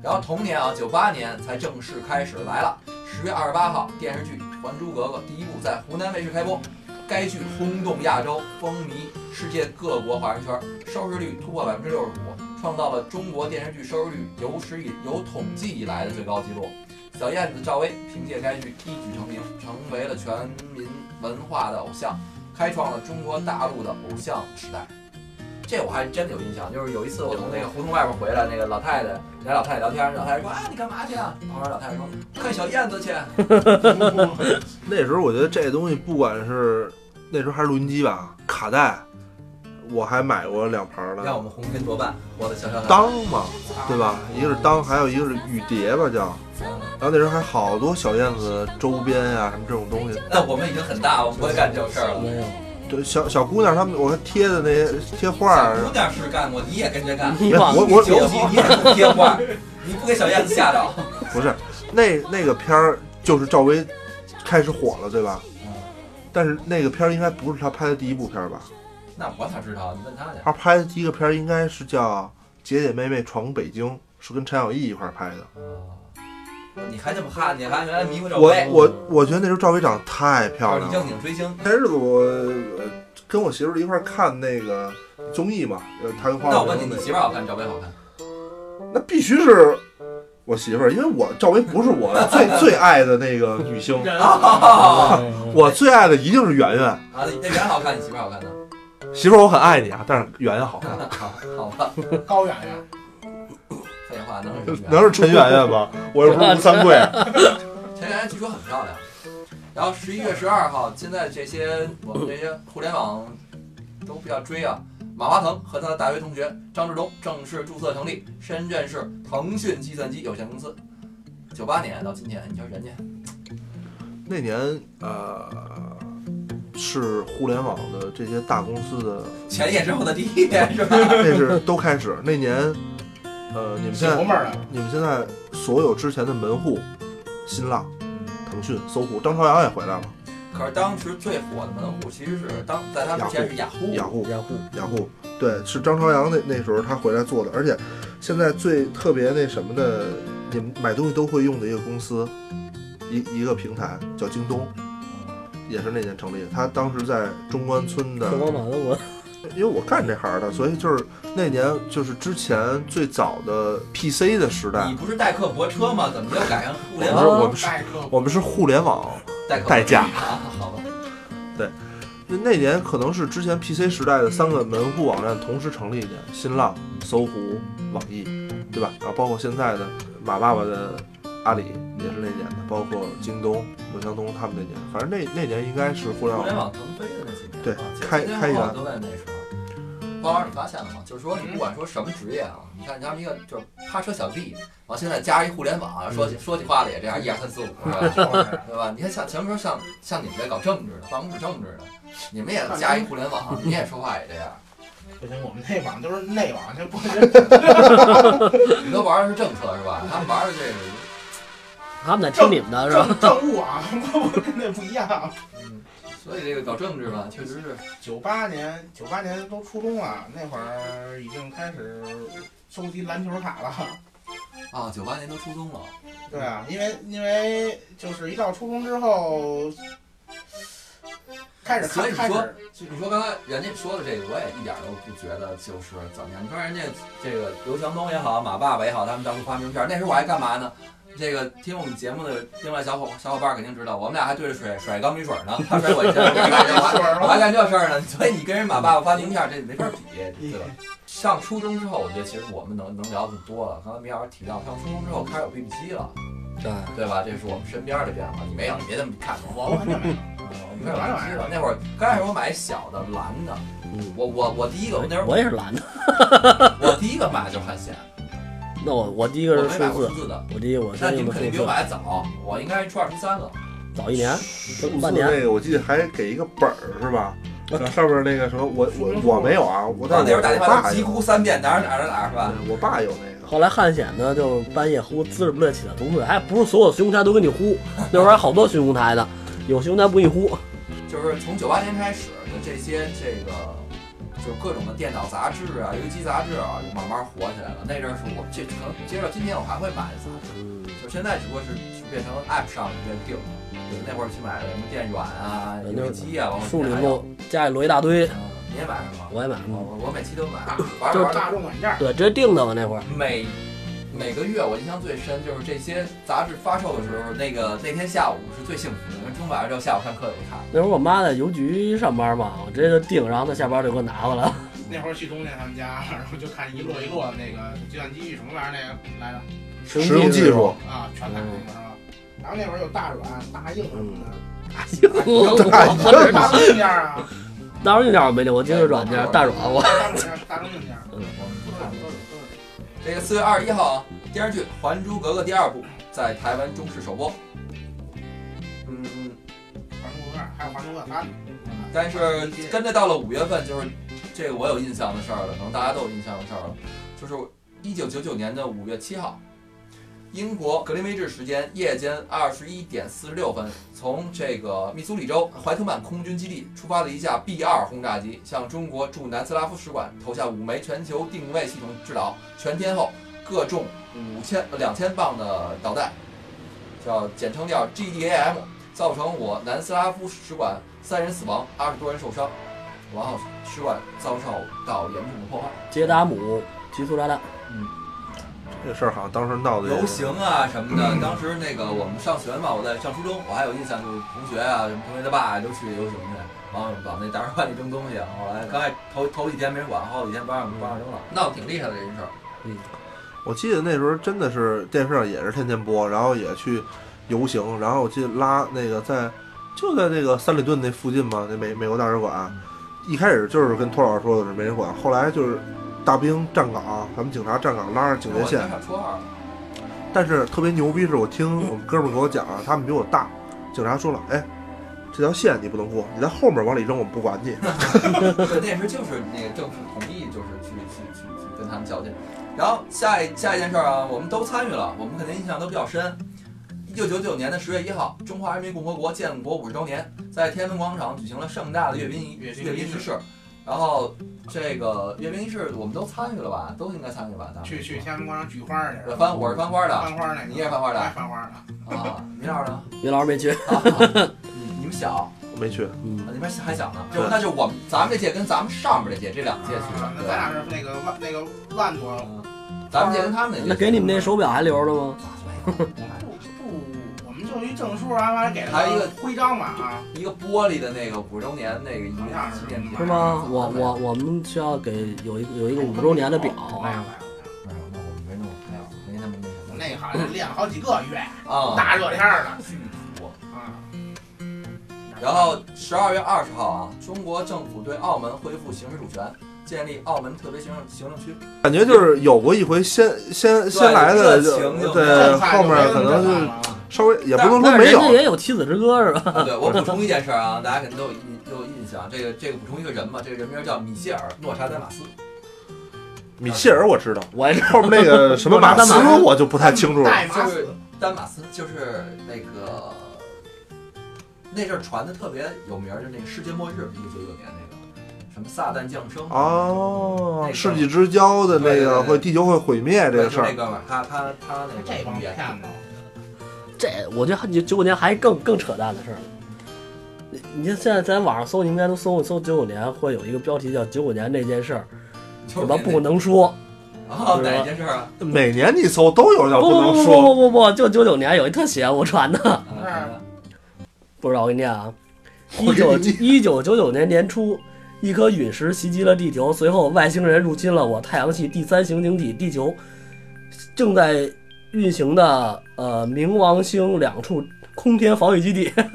E: 然后同年啊，九八年才正式开始来了。十月二十八号，电视剧《还珠格格》第一部在湖南卫视开播，该剧轰动亚洲，风靡世界各国华人圈，收视率突破百分之六十五，创造了中国电视剧收视率有史以有统计以来的最高纪录。小燕子赵薇凭借该剧一举成名，成为了全民文化的偶像，开创了中国大陆的偶像时代。这我还真有印象，就是有一次我从那个胡同外边回来，那个老太太俩老太太聊天，老太太说啊你干嘛去啊？旁边老太太说看小燕子去。
C: 那时候我觉得这东西，不管是那时候还是录音机吧，卡带，我还买过两盘
E: 让我
C: 呢。
E: 们红尘作伴，我的小小小。
C: 当嘛，对吧？一个是当，还有一个是雨蝶吧，叫。
E: 嗯
C: 然后那时候还好多小燕子周边呀、什么这种东西。
E: 但我们已经很大，我们不会干这种事儿了。
B: 没有，
C: 对，小小姑娘她们，我看贴的那些贴画儿
E: 小姑，娘是干过，你也跟着干。
B: 你忘
C: 我
B: 了
E: 你九几你也不贴画，你不给小燕子吓着。
C: 不是那那个片儿，就是赵薇开始火了，对吧？
E: 嗯
C: 但是那个片儿应该不是她拍的第一部片儿吧？
E: 那我哪知道？你问他去。
C: 她拍的第一个片儿应该是叫《姐姐妹妹闯北京》，是跟陈小艺一块儿拍的。
E: 哦你还这么哈？你还原来迷糊赵
C: 我
E: 薇？
C: 我我觉得那时候赵薇长得太漂
E: 哦你
C: 亮
E: 正
C: 了。
E: 经追星。
C: 前日子我呃跟我媳妇儿一块儿看那个综艺嘛，呃，她跟花
E: 那我
C: 花
E: 问
C: 公
E: 你，
C: 子
E: 你媳妇儿好看，赵薇好看？
K: 那必须是
C: 我媳妇儿，因为我赵薇不是
E: [LAUGHS]
C: 我最最爱的那个女星，
F: 人
E: 啊，
C: 我最爱的一定是圆圆。
E: 那那人好看，你媳妇儿好看呢？
C: 媳妇儿，我很爱你啊，但是圆圆好看，
E: [LAUGHS] 好吧，
F: 高远呀，
E: 废话，能是什么
C: 能
E: 样？
C: 是陈圆圆吧？我又不是吴三桂。
E: 陈圆圆据说很漂亮。然后十一月十二号，现在这些我们这些互联网都比较追啊。马化腾和他的大学同学张志东正式注册成立深圳市腾讯计算机有限公司。九八年到今天，你瞧人家
C: 那年呃，是互联网的这些大公司
E: [LAUGHS]
C: 的，
E: 前夜之后的第一天是吧？ [LAUGHS]
C: 那是都开始。那年，呃，你们
F: 小
C: 现在
F: 红妹儿啊了，
C: 你们现在所有之前的门户，新浪、腾讯、搜狐，张朝阳也回来了，
E: 可是当时最火的门户其实是当在他之前是雅虎，
C: 雅虎。
B: 掩护，
C: 雅虎，对，是张朝阳那那时候他回来做的，而且现在最特别那什么的，你们买东西都会用的一个公司，一一个平台叫京东，也是那年成立的。他当时在中关村的
B: 凤凰马德文，
C: 因为我干这行的，所以就是那年就是之前最早的 PC 的时代
E: 你，不是代客泊车吗？怎么又改成互联
C: 我
E: 网
C: 们是我们是
F: 代客
C: 我们是互联网，
E: 代客
C: 代驾
E: 啊？好吧，
C: 那那年可能是之前 PC 时代的三个门户网站同时成立的，新浪、搜狐、网易，对吧？然后包括现在的马爸爸的阿里也是那年的，包括京东、文强东他们那年，反正那那年应该是互联
E: 互
C: 网
E: 联网腾飞的那几年，
C: 对
E: 啊其实
C: 开
E: 互联
C: 开源
E: 网都在那时候。包儿，你发现了吗？就是说，你不管说什么职业啊，你看他们一个就是趴车小弟，完现在加上一互联网，啊
C: 嗯
E: 说起说起话来也这样，一二三四五，是吧？ [LAUGHS] 对吧？你看像前面说像像你们这搞政治的，办公室政治的，你们也加一互联网，你也说话也这样，
F: 不行，我们内网就是内网，这不是
E: 你们都玩的是政策是吧？他们玩的这个，
B: 他们在听你们的是吧？
F: 政政务啊， [LAUGHS] 我我跟那不一样。
E: 嗯，所以这个搞政治吧，确实是
F: 九八年，九八年都初中了，那会儿已经开始收集篮球卡了。
E: 啊，九八年都初中了，
F: 对啊，因为因为就是一到初中之后，开始
E: 所
F: 看
E: 以
F: 开
E: 说
F: 始
E: 就你说刚才人家说的这个，我也一点都不觉得就是怎么样。你说人家这个刘强东也好，马爸爸也好，他们当初发名片，那时候我还干嘛呢？这个听我们节目的另外小伙小伙伴肯定知道，我们俩还对着水甩钢笔水呢，他 [LAUGHS] 甩我一下，我干这我还我还干这事儿呢。所以你跟人马爸爸发名片，这没法比，对吧？上初中之后，我觉得其实我们能能聊的多了。刚才米老师提到，上初中之后开始有 BB 机了，
B: 对，
E: 对吧？这是我们身边的变化，你没有，你别这么看我。
F: 我我肯定没有，
E: 我们这嗯玩机了，那会儿刚开始我买一小的蓝的，
B: 嗯
E: 我我我第一个我那时候
B: 我也是蓝的。
E: [LAUGHS] 我第一个买的就是汉显，
B: 那我我第一
E: 我
B: 个是
E: 没买
B: 数
E: 过
B: 字
E: 数，字的。
B: 我第一个我
E: 那
B: 先
E: 你
B: 用
E: 们
B: 的
E: 肯定
B: 数
E: 比我
B: 字，
E: 买的早，我应该是初二初三了。
B: 早一年，
C: 数字
B: 半年
C: 那个我记得还给一个本儿是吧？然后上面那个什么，我我我没有啊，我
E: 然
C: 但
E: 后那
C: 是
E: 时
C: 我
E: 候打电话
C: 爸
E: 就急
C: 有，
E: 哭三遍，哪儿哪儿哪儿是吧？
C: 对我爸有那个。
B: 后来汉显呢，就是半夜呼滋着不乐起的东西，还不是所有巡红台都跟你呼，那会儿还好多巡红台的，有巡红台不给你呼。
E: 就是从九八年开始的这些这个，就各种的电脑杂志啊、游戏机杂志啊，就慢慢火起来了。那阵儿是我这可能接着今年我还会买的杂志，就现在只不过是是变成 App 上的这个定。就那会儿去买的什么电软啊、游戏机啊，往
B: 呃树林路家里摞一大堆，
E: 嗯你也买什么？
B: 我也买了。
E: 我我每期
B: [LAUGHS]
E: 都买，玩着
F: 就
E: 玩
F: 是大
E: 着
F: 众软件儿，
B: 对，直接定的嘛那会儿。
E: 每每个月我印象最深就是这些杂志发售的时候，那个那天下午是最幸福的，因为中午买完之后下午上课有看。
B: 那会儿我妈在邮局上班嘛，我直接就定，然后她下班就给我拿回来了。
F: 那会儿去东家他们家，然后就看一摞一摞那个计算机什么玩意儿那个来着
C: 实用技术，
F: 啊，全买那个是吧？然后那会儿有大软、大硬什么的，
B: 我
F: 大众大众硬件儿
B: [LAUGHS]
F: 啊，
B: 当时那点我没定，我接着
F: [LAUGHS]
B: 软件大软我。
F: 大众软件儿、大众硬件儿，
E: 这个四月二十一号啊，电视剧《还珠格格》第二部在台湾中视首播。嗯，
F: 还珠格格二还有还珠格格三，
E: 但
F: 啊
E: 是真的到了五月份，就是这个我有印象的事儿了，可能大家都有印象的事儿了，就是一九九九年的五月七号，英国格林威治时间夜间二十一点四十六分，从这个密苏里州怀特曼空军基地出发的一架 B 二轰炸机，向中国驻南斯拉夫使馆投下五枚全球定位系统制导，全天候各重五千两千磅的导弹，叫简称叫 GDAM。造成我南斯拉夫使馆三人死亡，二十多人受伤，然后使馆遭受到严重的破坏。
B: 杰达姆提速炸弹，
C: 这事儿好像当时闹的也
E: 游行啊什么的，当时那个我们上学嘛，我在上初中，我还有印象，就是同学啊，什么同学的爸啊都去游行去，然后往那大使馆里扔东西，后来刚开始头头几天没人管，后几天不让不让扔了，闹得挺厉害的这件事儿。
C: 我记得那时候真的是电视上也是天天播，然后也去游行，然后我记得拉那个在就在那个三里屯那附近嘛，那美美国大使馆，一开始就是跟托老师说的是没人管，后来就是大兵站岗，咱们警察站岗拉着警戒
E: 我
C: 线
E: 经，上初二了，
C: 但是特别牛逼是我听我们哥们儿给我讲啊，他们比我大，警察说了，哎，这条线你不能过，你在后面往里扔我们不管
E: [LAUGHS]
C: 你，
E: 那时候就是那个政府同意，就是去去去去跟他们较劲。然后下一下一件事儿啊，我们都参与了，我们肯定印象都比较深。一九九九年的十月一号，中华人民共和国建国五十周年，在天安门广场举行了盛大的阅兵仪
F: 阅兵
E: 阅兵
F: 仪
E: 仪
F: 式
E: 式。然后这个阅兵仪式我们都参与了吧？都应该参与吧？咱们
F: 去去天安门广场举花儿去
E: 我，翻我是翻花的
F: 翻花儿那个，
E: 你也翻花的
F: 我也翻花儿的，
E: 啊，米老师呢？ [LAUGHS]
B: 袁老师没去，
E: 啊，你你们小，我
G: 没去，
B: 嗯，
E: 那边还想呢，就
G: 对
E: 那就我们咱们这届跟咱们上边这届这两届去嗯的，
F: 啊那
E: 对
F: 咱俩
E: 吧？
F: 是那个万那个万多了，
E: 嗯咱们届跟他们那届去
B: 那
E: 的，
B: 给你们那手表还留着吗？
E: 哎
F: 不不，我们就一证书啊，完了给了
E: 还有一个
F: 徽章嘛啊，
E: 一个玻璃的那个五周年那个一
F: 好像
E: 个
F: 是
E: 纪念品
B: 是吗？我我我们需要给有一个有一个五周年的表
F: 没有没有
B: 啊，
E: 没有，那我们没那么没有没那么那什
F: 我
E: 么
F: 那好像练了好几个月，
E: 啊。
F: 大热天儿的
E: 我
F: 啊。
E: 然后十二月二十号啊，中国政府对澳门恢复行使主权，建立澳门特别行政行政
B: [LAUGHS]
E: 区。
G: 感觉就是有过一回先先先来的，
E: 热情
G: 就
E: 就
G: 对
B: 呃
F: 这
G: 后面可能
F: 就
G: 就稍微也不能
B: 但
G: 说
B: 是
G: 没
B: 人家
G: 有，
B: 也有妻子之歌是吧？ [LAUGHS]
E: 啊对，我补充一件事儿啊，大家肯定都有印都有印象，这个这个补充一个人嘛，这个人名叫米歇尔·诺查丹马斯，
G: 米歇尔我知道，
B: 我这
G: [LAUGHS] 后面那 [LAUGHS] 个什么马斯
B: 马斯
G: 我就不太清楚了。
F: 代
E: 就
F: 码
E: 是丹马斯，就是那个那阵儿传的特别有名儿，就是那个世界末日，一九九九年那个什么撒旦降生，
C: 啊
G: 哦
E: 那，个
G: 世纪之交的那
E: 对对对
G: 个会地球会毁灭这
E: 对
G: 个
E: 就
G: 事
E: 那
G: 儿，
E: 哥们儿，他他他那
F: 这帮
E: 个
F: 骗
E: 演
F: 子，
B: 这我觉得九九年还更更扯淡的事儿。你你看现在在网上搜，你应该都搜搜九九年，会有一个标题叫“九九年那件事儿
E: 就是
B: 怎么
E: 那
B: 不能说
E: 啊哪件事儿啊？
G: 每年你搜都有”。叫
B: 不不
G: 能
B: 不
G: 说。
B: 不不不，就九九年有一特写我传的，
F: 嗯
E: 啊
B: 不知道我给你念
G: [LAUGHS]
B: 啊。一
C: 我给
B: 九
C: 你
B: 一九九九年年初，一颗陨石袭击了地球，随后外星人入侵了我太阳系第三行星体地球正在运行的呃冥王星两处空天防御基地。
F: 嗯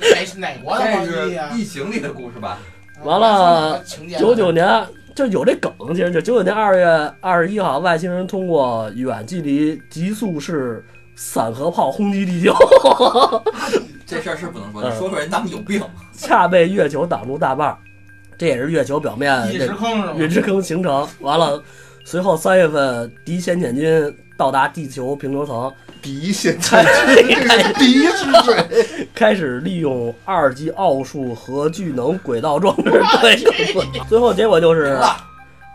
F: 谁是哪国的啊
E: 这
F: 皇帝
E: 是
F: 呀？
E: 《异形》里的故事吧？
B: 完了
F: 情节
B: 九九年就有这梗，其实就九九年二月二十一号，外星人通过远距离极速式散核炮轰击地球， [LAUGHS]
E: 这事儿是不能说，
B: 嗯
E: 你说出来人当你有病。
B: 恰被月球挡住大半儿，这也是月球表面
F: 一
B: 这
F: 时坑是吗？
B: 陨石坑形成。完了，随后三月份，敌先遣军到达地球平流层，
C: 敌现在这个敌是谁？
B: 开始利用二级奥数和聚能轨道装置对最后结果 [LAUGHS] 就是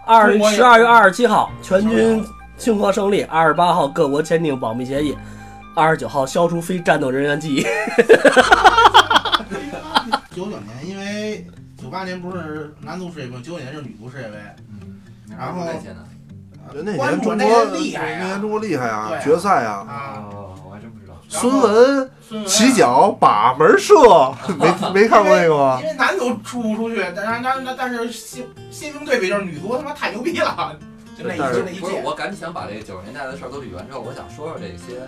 B: 二
F: 中国也
B: 十二月二十七号全军庆贺胜利，二十八号各国签订保密协议，二十九号消除非战斗人员记忆。
F: 九九年，因为九八年不是男足世界杯，九九年是女足世界杯，嗯然后
E: 那些呢？
G: 那
F: 关
G: 年
F: 注
G: 中
F: 那
G: 国
F: 些厉害
G: 那年
F: 呀
G: 中国厉害啊
F: 对，啊
G: 决赛啊，
F: 啊！
E: 哦，我还真不知道。
F: 然
G: 孙
F: 后
G: 文
F: 孙文啊
G: 起脚啊把门射，没没看过那个吗
F: 因？为男足出不出去，但但但但是新新兵对比就是女足他妈太牛逼了，就那一
G: 但是
F: 就那一
E: 不是，
F: 届。
E: 我赶紧想把这九十年代的事儿都捋完之后，我想说说这些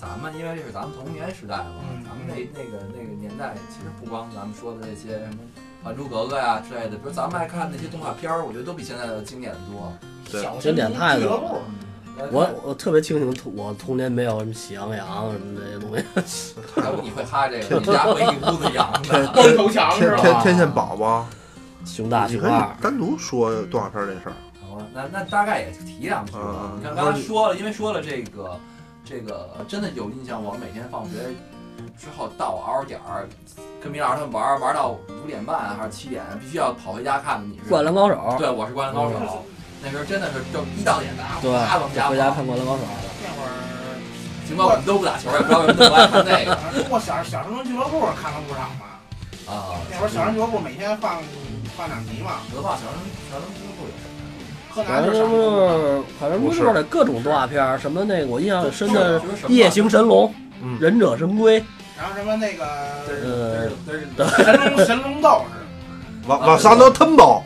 E: 咱们，因为这是咱们童年时代嘛，
F: 嗯
E: 咱们那那个那个年代，其实不光咱们说的那些什么《还珠格格》呀之类的，比如咱们爱看那些动画片儿，我觉得都比现在的经典的多。呃
G: 对
F: 小
B: 经典太
F: 俱乐
B: 多
F: 部，
B: 我我特别清醒，我童年没有什么喜羊羊什么这些东西。
E: 要不你会哈这个，你们家会一屋子羊的。
F: 光头强是
G: 天
F: 吧？
G: 天天线宝宝，
B: 熊大
G: 你
B: 熊
G: 可
B: 二
G: 以，单独说动画片这事儿。
E: 好吧那那大概也提两句吧。
G: 嗯
E: 你看刚才说了，因为说了这个这个真的有印象，我每天放学之后到嗷点儿，跟米老师他们玩儿玩儿到五点半还是七点，必须要跑回家看的。你
B: 《
E: 是
B: 灌篮高手》
E: 对，我是灌篮高手。那时候真的是就一到点打，
B: 对，
E: 啪往家
B: 回家
E: 跑。
B: 看《灌篮高手》。
F: 那会儿，
E: 尽管我们都不打球，也不知道为什么不爱看那个
F: 反正我小小城俱乐部看了不少嘛。
E: 啊。
F: 那会儿小城俱乐部每天放放两集嘛，
E: 文化小生小生俱乐部有什么
F: 柯
B: 反
F: 南
B: 正
F: 就是
B: 就
F: 上课
B: 是，反正就是的各种动画片儿，什么那个我印象很深
E: 就是
B: 的
E: 就是什
B: 《
E: 么
B: 夜行神龙》
G: 嗯
B: 忍者神龟》，
F: 然后什么那个
B: 呃，
F: 神龙神龙斗士，
G: 瓦瓦萨德吞宝，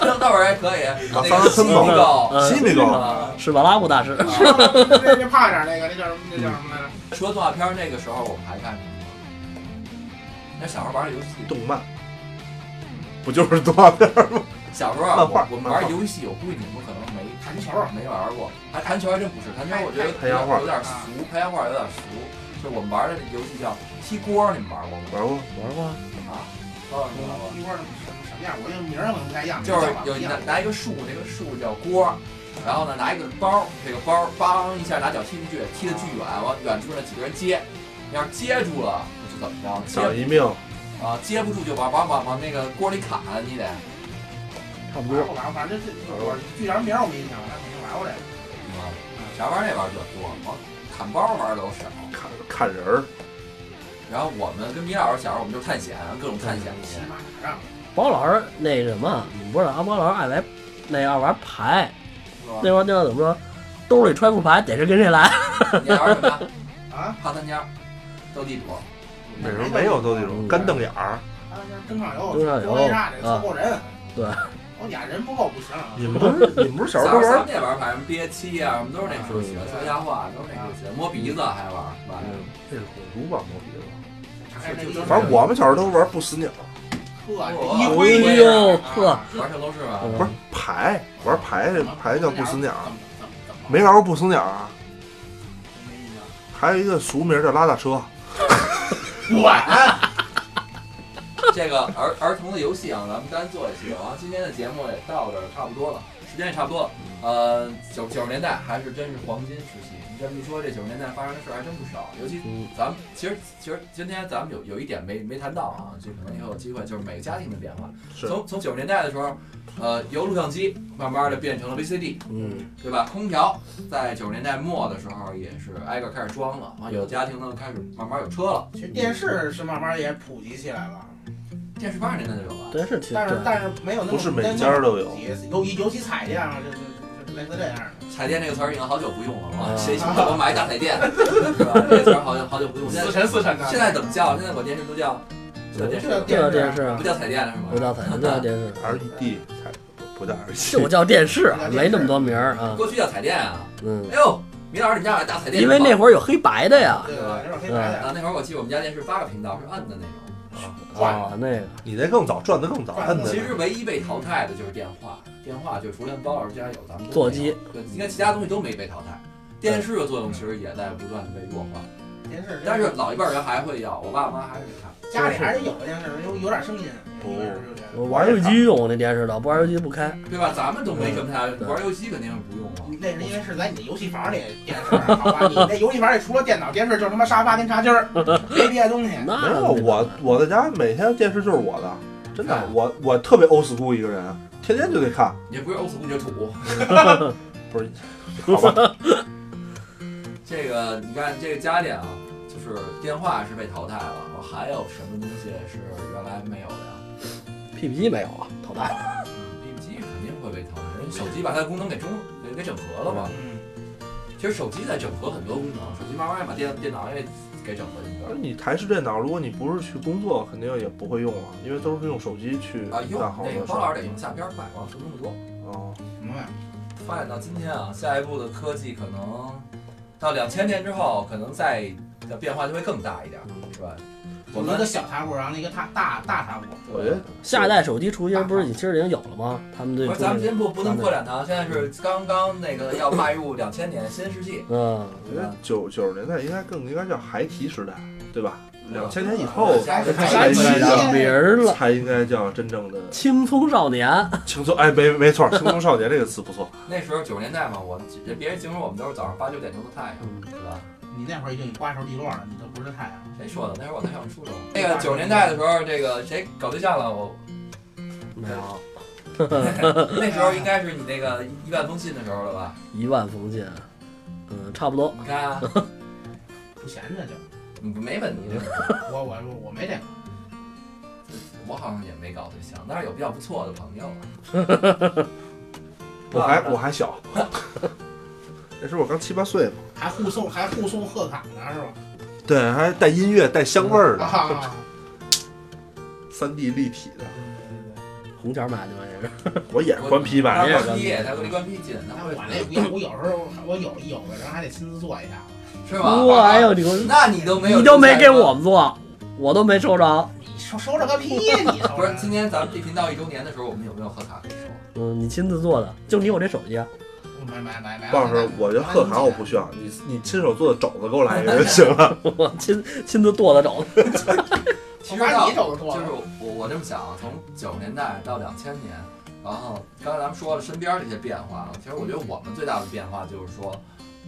E: 这倒是还可以。
G: 瓦
E: 那
G: 萨
E: 个
G: 德
E: 西
G: 吞宝，
E: 高，
B: 呃
G: 西米高，
E: 啊
B: 史巴拉布大师， [LAUGHS]
F: 啊那那胖点儿那个那叫什么那叫什么来着？
E: 除了动画片儿，那个时候我们还干什么？那小时候玩儿游戏，
G: 动漫，不就是动画片儿吗？
E: 小时候啊
G: 漫画
E: 我我们
G: 漫
E: 玩
G: 画
E: 儿游戏，我估计你们可能没
F: 弹球，
E: 没玩儿过。还弹球还真不是，弹球我觉得
G: 哎拍洋画
E: 有点俗，拍洋画有点俗。就我们玩儿的游戏叫踢锅儿，你们玩儿过吗？
G: 玩过，
B: 玩过，
E: 啊，不知道你们玩过吗。
F: 一会儿什么什么样？我这名儿可能不太一样，
E: 就是
F: 叫法
E: 有
F: 不一样
E: 拿拿一个树，这个树叫锅，然后呢拿一个包，这个包梆一下拿脚踢出去，踢得巨远，往远处那几个人接，要是接住了就怎么着，
G: 长
E: 接
G: 一命，
E: 啊接不住就往往往往那个锅里砍，你得
B: 差不
F: 不是。
B: 多
F: 我玩，反正这
E: 嗯
F: 我具体名儿我没印象了，没玩过这个。
E: 啥玩意儿那玩意儿比较多，往砍包玩儿的都少。
G: 砍砍人儿，
E: 然后我们跟米老师小时候，我们就探险，各种探险
F: 骑马上，
B: 包老师那什么，你们不知道，阿包老师爱玩那爱玩牌，
E: 去，
B: 那会儿那会儿怎么说？兜里揣副牌，逮谁跟谁来。
E: 是吧？你还玩什么呀？
F: 啊，
E: [LAUGHS] 爬三尖，斗地主，
C: 那时候没有斗地
F: 嗯
C: 主，干瞪眼儿。
F: 登上游，
B: 登上游啊
F: 那啥得凑够人，
B: 对，
F: 我俩人不够不行啊。
E: 嗯
C: 你们不是 [LAUGHS] 你们不是小
E: 小
C: 时
E: 时
C: 候
E: 候咱
C: 都玩
E: 们也玩牌，什么憋七啊，我们都是那时候学，说瞎话都是那时候学，摸鼻子还玩，是吧？
C: 那是虎珠吧？摸鼻子。
F: 哎那就是
C: 反正我们小时候都玩不死鸟，
F: 呵，
E: 我
F: 一挥
E: 哎
B: 呦呵
F: 啊
E: 玩圣斗士吧，
B: 嗯
C: 不是牌，玩牌牌叫不死鸟，
F: 怎么怎么怎么
C: 没玩过不死鸟啊。
F: 没印象？
C: 还有一个俗名叫拉大车，
F: 管
E: [LAUGHS] 这个儿儿童的游戏啊，咱们单做一期。然后今天的节目也到这儿差不多了，时间也差不多了。呃，九九十年代还是真是黄金时期。你这么一说，这九十年代发生的事儿还真不少。尤其
B: 嗯
E: 咱们其实其实今天咱们有有一点没没谈到啊，就可能以后有机会，就是每个家庭的变化。
C: 是
E: 从从九十年代的时候，呃，由录像机慢慢的变成了 VCD，
B: 嗯，
E: 对吧？空调在九十年代末的时候也是挨个开始装了，啊，有的家庭呢开始慢慢有车了，
F: 其实电视是慢慢也普及起来了，
E: 电视八十年代就有了。
B: 真是挺
F: 但是
B: 对。
F: 但是没有那么
C: 不是每家都有
F: 普及尤尤其彩电啊，这这这类似这样的。
E: 彩电这个词儿已经好久不用了，
B: 啊
E: 我谁想我买一大彩电，是吧？这个词儿好久好久不用。现在
F: 神四神的
E: 现在怎么叫？现在管电视都叫，叫电视
F: 这
E: 了，
B: 这叫电视啊
E: 不，叫彩电了
B: 不
E: 是吗？
B: 叫彩电，不叫电视，
C: LED 才 E 不叫 E LED，
B: 这我叫电视啊，没那么多名儿啊。
E: 过去叫彩电啊。
B: 嗯，
E: 哎呦，米老师，你们家买大彩电？
B: 因为
E: 会
B: 那会儿有黑白的呀。
F: 对吧？有点黑白的，
E: 啊，那会儿我记得我们家电视八个频道是暗的那种。
B: 啊，那个
C: 你那更早，转的更早，
F: 转得
C: 摁
F: 更
C: 的
F: 早
E: 其实唯一被淘汰的就是电话，电话就除了包老师家有，咱们都
B: 座机
E: 没有，对，应该其他东西都没被淘汰。电视的作用其实也在不断的被弱化，
F: 电视，
E: 嗯但是老一辈儿人还会要，我爸妈还是得看。
F: 家里还是有电视，有有点声音。有点有点
B: 哦我玩游戏用我那电视的，不玩游戏不开。
E: 对吧？咱们都没什么太
B: 对
E: 玩游戏，肯定是不用了。
F: 那是因为是在你的游戏房里电视，好吧？你那游戏房里除了电脑、电视，就是他妈沙发跟茶几儿，没别的东西。
B: 那
C: 没有，我我在家每天电视就是我的，真的，我我特别 old school 一个人，啊天天就得看，
E: 你不是 old school 你就土。 [LAUGHS]
C: 不是，好吧， [LAUGHS]
E: 这个你看这个家电啊，就是电话是被淘汰了，我还有什么东西是原来没有的呀？嗯
B: PP 机没有啊，淘汰。
E: 笔记肯定会被淘汰，人手机把它的功能给中给给整合了嘛。
F: 嗯，
E: 其实手机在整合很多功能，手机慢慢也把电电脑也给整合进去了。
C: 你台式电脑，如果你不是去工作，肯定也不会用了，因为都是用手机去
E: 啊，用
C: 干好
E: 那个
C: 多事
E: 包老
C: 儿
E: 师得用下边儿快，往说那么多。
C: 哦，
F: 什么玩意
E: 发展到今天啊，下一步的科技可能到两千年之后，可能再的变化就会更大一点，是吧？我
F: 儿？嗯我们一
E: 们
F: 个小茶壶，然后一个大大大茶壶。
C: 我觉得
B: 下一代手机雏形不是已其实已经有了吗？他们对
E: 不
B: 出
E: 是，咱们
B: 这
E: 先不不能扩两堂，现在是刚刚那个要迈入两千年新世纪，啊
B: 嗯，
C: 我觉得九九十年代应该更应该叫孩提时代，对吧？两千年以
F: 啊
C: 后
E: 下一个
C: 下
E: 下
C: 一
E: 一
C: 个
E: 个
B: 起名儿了，
C: 才应该叫真正的 [LAUGHS]
B: 青葱少年。
C: 青葱，哎，没没错，青葱少年这个词不错。
E: 那时候九十年代嘛，我别人形容我们都是早上八九点钟的太阳，对吧？
F: 你那会儿已经瓜熟蒂落了，你都不是太阳。
E: 谁说的？那会儿我才上初中。那个九十年代的时候，这个谁搞对象了？
B: [LAUGHS]
E: 我
B: 没有
E: 那时候应该是你那个一万封信的时候了吧？
B: 一万封建，嗯，差不多。
E: 你看啊，
F: 不闲着就，
E: 没问题，
F: 我我我我没这个，
E: [LAUGHS] 我好像也没搞对象，但是有比较不错的朋友啊。
C: 我还我还小，那时候我刚七八岁嘛。
F: 还护送还护送贺卡呢，是吧？
C: 对，还带音乐、带香味儿的，
F: 啊，
C: 三 D 立体的。
F: 对对对。
B: 红桥买的吗？这是
C: 我也是官批
E: 他
C: 版，
B: 也是
E: 关闭，他离关闭近，
F: 那
E: 他会
F: 我那我有时候我有有的人还得亲自做一下。
E: 是吧？
B: 哇，哎呦，你
E: 那你都没有，
B: 你都没给我。们做，我都没收着。
F: 你收收着个屁呀！你收着
E: 不是，今天咱们这频道一周年的时候，我们有没有贺卡可以收？
B: 嗯，你亲自做的，就你有这手机啊？ [LAUGHS]
F: 买买买买。
C: 到时候我觉得贺卡我不需要，你你亲手做的肘子给我来一个就行
G: [LAUGHS]
C: 了。
B: 我亲亲自剁的肘子。
E: 其实
F: 把
E: 到
F: 你手给剁
E: 就是
F: 了。
E: 我我这么想啊，从九十年代到两千年，然后刚才咱们说了身边这些变化啊了，其实我觉得我们最大的变化就是说，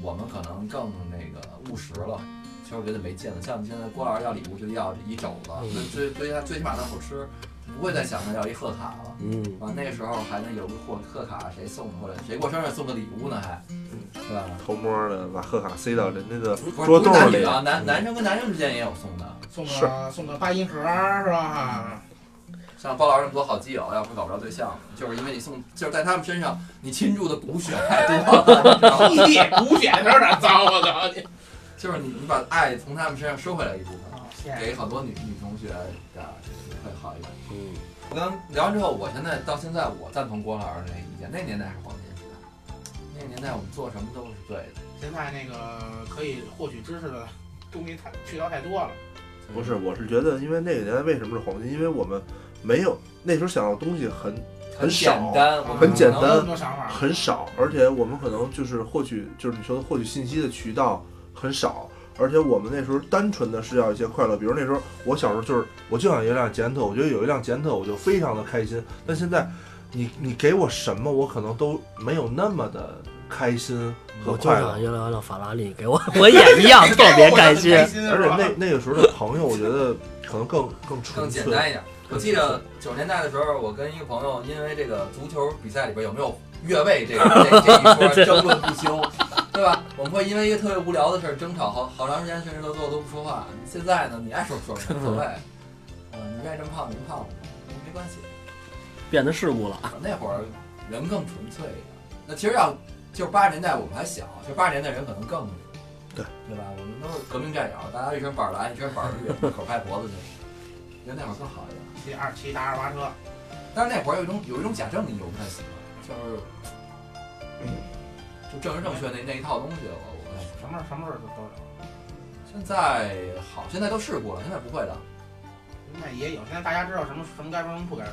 E: 我们可能更那个务实了。其实我觉得没劲了，像你现在郭老师要礼物就要一肘子，最最最他最起码他好吃，不会再想着要一贺卡了。
B: 嗯，
E: 完那个时候还能有个贺贺卡，谁送过来？谁过生日送个礼物呢？还，是
C: 嗯
E: 吧？
C: 偷摸的把贺卡塞到人家的
E: 不是
C: 桌兜
E: 不是男
C: 里
E: 女，
C: 啊嗯
E: 啊，男男生跟男生之间也有送的，
F: 送个送个八音盒儿是吧？
E: 像包老师这么多好基友，要不搞不着对象，就是因为你送，就是在他们身上你倾注的补血太多了， [LAUGHS] 然后
F: 异地补选有点脏，我操你！
E: 就是你你把爱从他们身上收回来一部分，
F: 天
E: 给好多女女同学啊会好一点。嗯，我刚聊完之后，我现在到现在我赞同郭老师那个意见，那年代是黄金时代，那个年代我们做什么都是对的。
F: 现在那个可以获取知识的东西太渠道太多了，
G: 不是，我是觉得，因为那个年代为什么是黄金？因为我们没有那时候想到东西很
E: 很
G: 很
E: 简
G: 少
E: 单，我们
G: 很简
E: 可能
G: 单
F: 很多想法。
G: 很少，而且我们可能就是获取，就是你说的获取信息的渠道很少，而且我们那时候单纯的是要一些快乐，比如那时候我小时候就是我就想有一辆捷安特，我觉得有一辆捷安特我就非常的开心，但现在你你给我什么，我可能都没有那么的开心和
B: 我就
G: 快
B: 想
G: 乐。
B: 一辆法拉利，给我 [LAUGHS] 我也一样特别开心。
F: [LAUGHS] 而
G: 而且那
E: [LAUGHS]
G: 那个时候的朋友，我觉得可能更更
E: 更
G: 纯粹
E: 简，单一点。我记得九十年代的时候，我跟一个朋友因为这个足球比赛里边有没有越位这个这这一说争论不休，对吧？我们会因为一个特别无聊的事儿争吵好好长时间，甚至都最后都不说话。现在呢，你爱说不说无所谓，嗯，你愿意这么胖你就胖吧，没关系。
B: 变得世故了，
E: 那会儿人更纯粹一点。那其实要就是八十年代我们还小，就八十年代人可能更
G: 对
E: 对吧？我们都是革命战友，大家一身板儿蓝，一身板儿绿，口拍脖子去。觉得那会儿更好一点。
F: 骑二骑大二八车，
E: 但是那会儿有一种有一种假正经，我不太喜欢，就是嗯就政治正确那那一套东西，我我不
G: 嗯
E: 太喜欢
F: 什么事儿什么事儿都都有。
E: 现在好，现在都试过了，现在不会的，
F: 那也有，现在大家知道什么什么该说，什么不该说。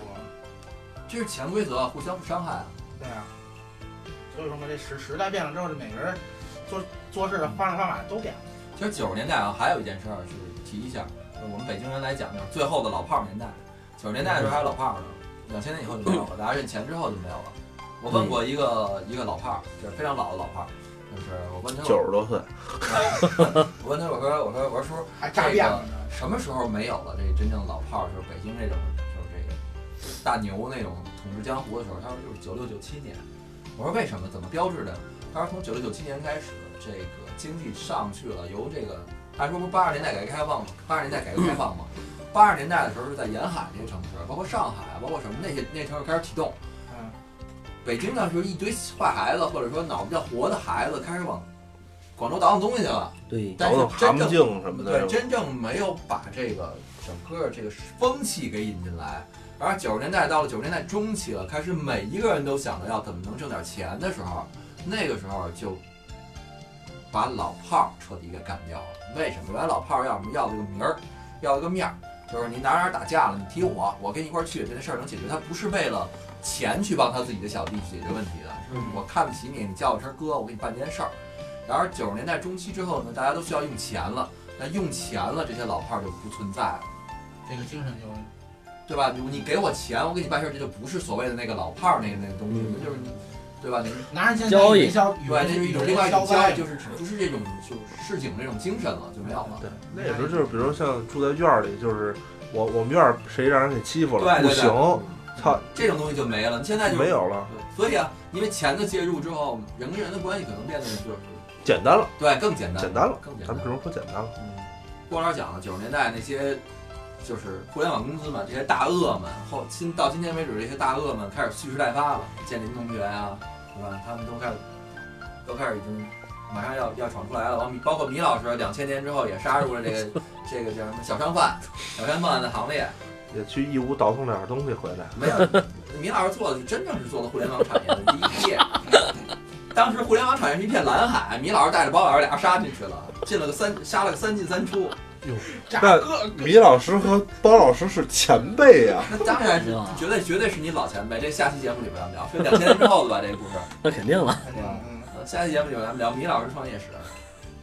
E: 这是潜规则，互相不伤害啊。
F: 对啊，所以说嘛，这时时代变了之后，这每个人做做事的方式方法都变了。
E: 其实九十年代啊，还有一件事儿是提一下，我们北京人来讲就是最后的老炮儿年代。九十年代的时候还有老炮儿呢，两千年以后就没有了，大家认钱之后就没有了。我问过一个一个老炮儿，就是非常老的老炮儿，就是我问他，
G: 九十多岁，
E: 我问他我说我 [LAUGHS] 说我说叔，
F: 还诈骗了，
E: 什么时候没有了这真正老炮儿，就是北京这种，就是这个大牛那种统治江湖的时候，他说就是九六九七年。我说为什么？怎么标志的？他说从九六九七年开始，这个经济上去了，由这个按说不八十年代改革开放嘛，八十年代改革开放嘛，八十年代的时候是在沿海这些城市，包括上海，包括什么那些那些城市开始启动。
F: 嗯，
E: 北京呢是一堆坏孩子，或者说脑子比较活的孩子开始往广州倒腾东西去了，
B: 对，
E: 但
G: 倒
E: 是
G: 腾蛤
E: 真
G: 蟆
E: 正
G: 镜什么的
E: 对，，真正没有把这个整个这个风气给引进来。而九十年代到了九十年代中期了，开始每一个人都想着要怎么能挣点钱的时候，那个时候就把老炮儿彻底给干掉了。为什么？原来老炮儿要什么？要这个名儿，要这个面儿，就是你哪哪儿打架了，你提我，我跟你一块儿去，这件事儿能解决。他不是为了钱去帮他自己的小弟去解决问题的，
G: 嗯
E: 是我看不起你，你叫我声哥，我给你办件事儿。然而九十年代中期之后呢，大家都需要用钱了。那用钱了，这些老炮儿就不存在了，
F: 这个精神就
E: 对吧？你你给我钱，我给你办事儿，这就不是所谓的那个老炮儿那个那个东西，
B: 嗯
E: 那就是你，对吧？你
F: 拿着钱
B: 交易
F: 消，与
E: 对，这是一种另外一种交
F: 灾，
E: 易，就是不是这种就是市井这种精神了，就没有了。
F: 嗯
G: 对，那时候就是比如像住在院儿里，就是我我们院儿谁让人给欺负了，
E: 对
G: 不
E: 对对
G: 行，操，
E: 这种东西就没了。现在就
G: 没有了，
E: 对所以啊，因为钱的介入之后，人跟人的关系可能变得就是
G: 简单了，
E: 对更简单，
G: 简单了，
E: 更简
G: 咱们。
E: 单
G: 只能说简单了。
E: 郭老师讲了九十年代那些就是互联网公司嘛，这些大鳄们，后今到今天为止，这些大鳄们开始蓄势待发了，建林同学啊，对吧？他们都开始都开始已经马上要要闯出来了。完，包括米老师，两千年之后也杀入了这个这个叫什么小商贩小商贩的行列。
G: 也去义乌倒腾点东西回来。
E: 没有，米老师做的是真正是做的互联网产业的第一届。当时互联网产业是一片蓝海，米老师带着包老师俩杀进去了，进了个三杀了个三进三出。
F: 炸
G: 那
F: 各
G: 米老师和包老师是前辈啊呀、
E: 那当然是，绝对绝对是你老前辈。这下期节目里边咱们聊，是两千年之后的吧？这个故事，
B: [LAUGHS] 那肯定了。 [LAUGHS]
F: 肯定，嗯，
E: 呃下期节目里边咱们聊米老师创业史。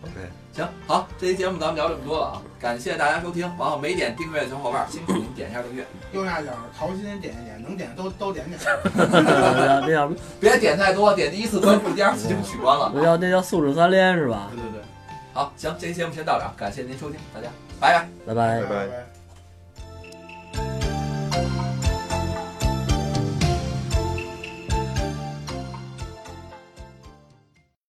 G: OK
E: 行，好，这期节目咱们聊这么多了啊，感谢大家收听。然后没点订阅的小伙伴，辛苦您点一下订阅，
F: 右下角桃心点一点，能点都都
G: [LAUGHS]
F: 点点。
B: 那叫
E: 别点太多，点第一次关注，第二次就取关了。
B: 那叫那叫素质三连是吧？
F: 对对对，
E: 好，行，这期节目先到这儿，感谢您收听，大家拜拜。
B: 拜拜。
G: 拜
F: 拜。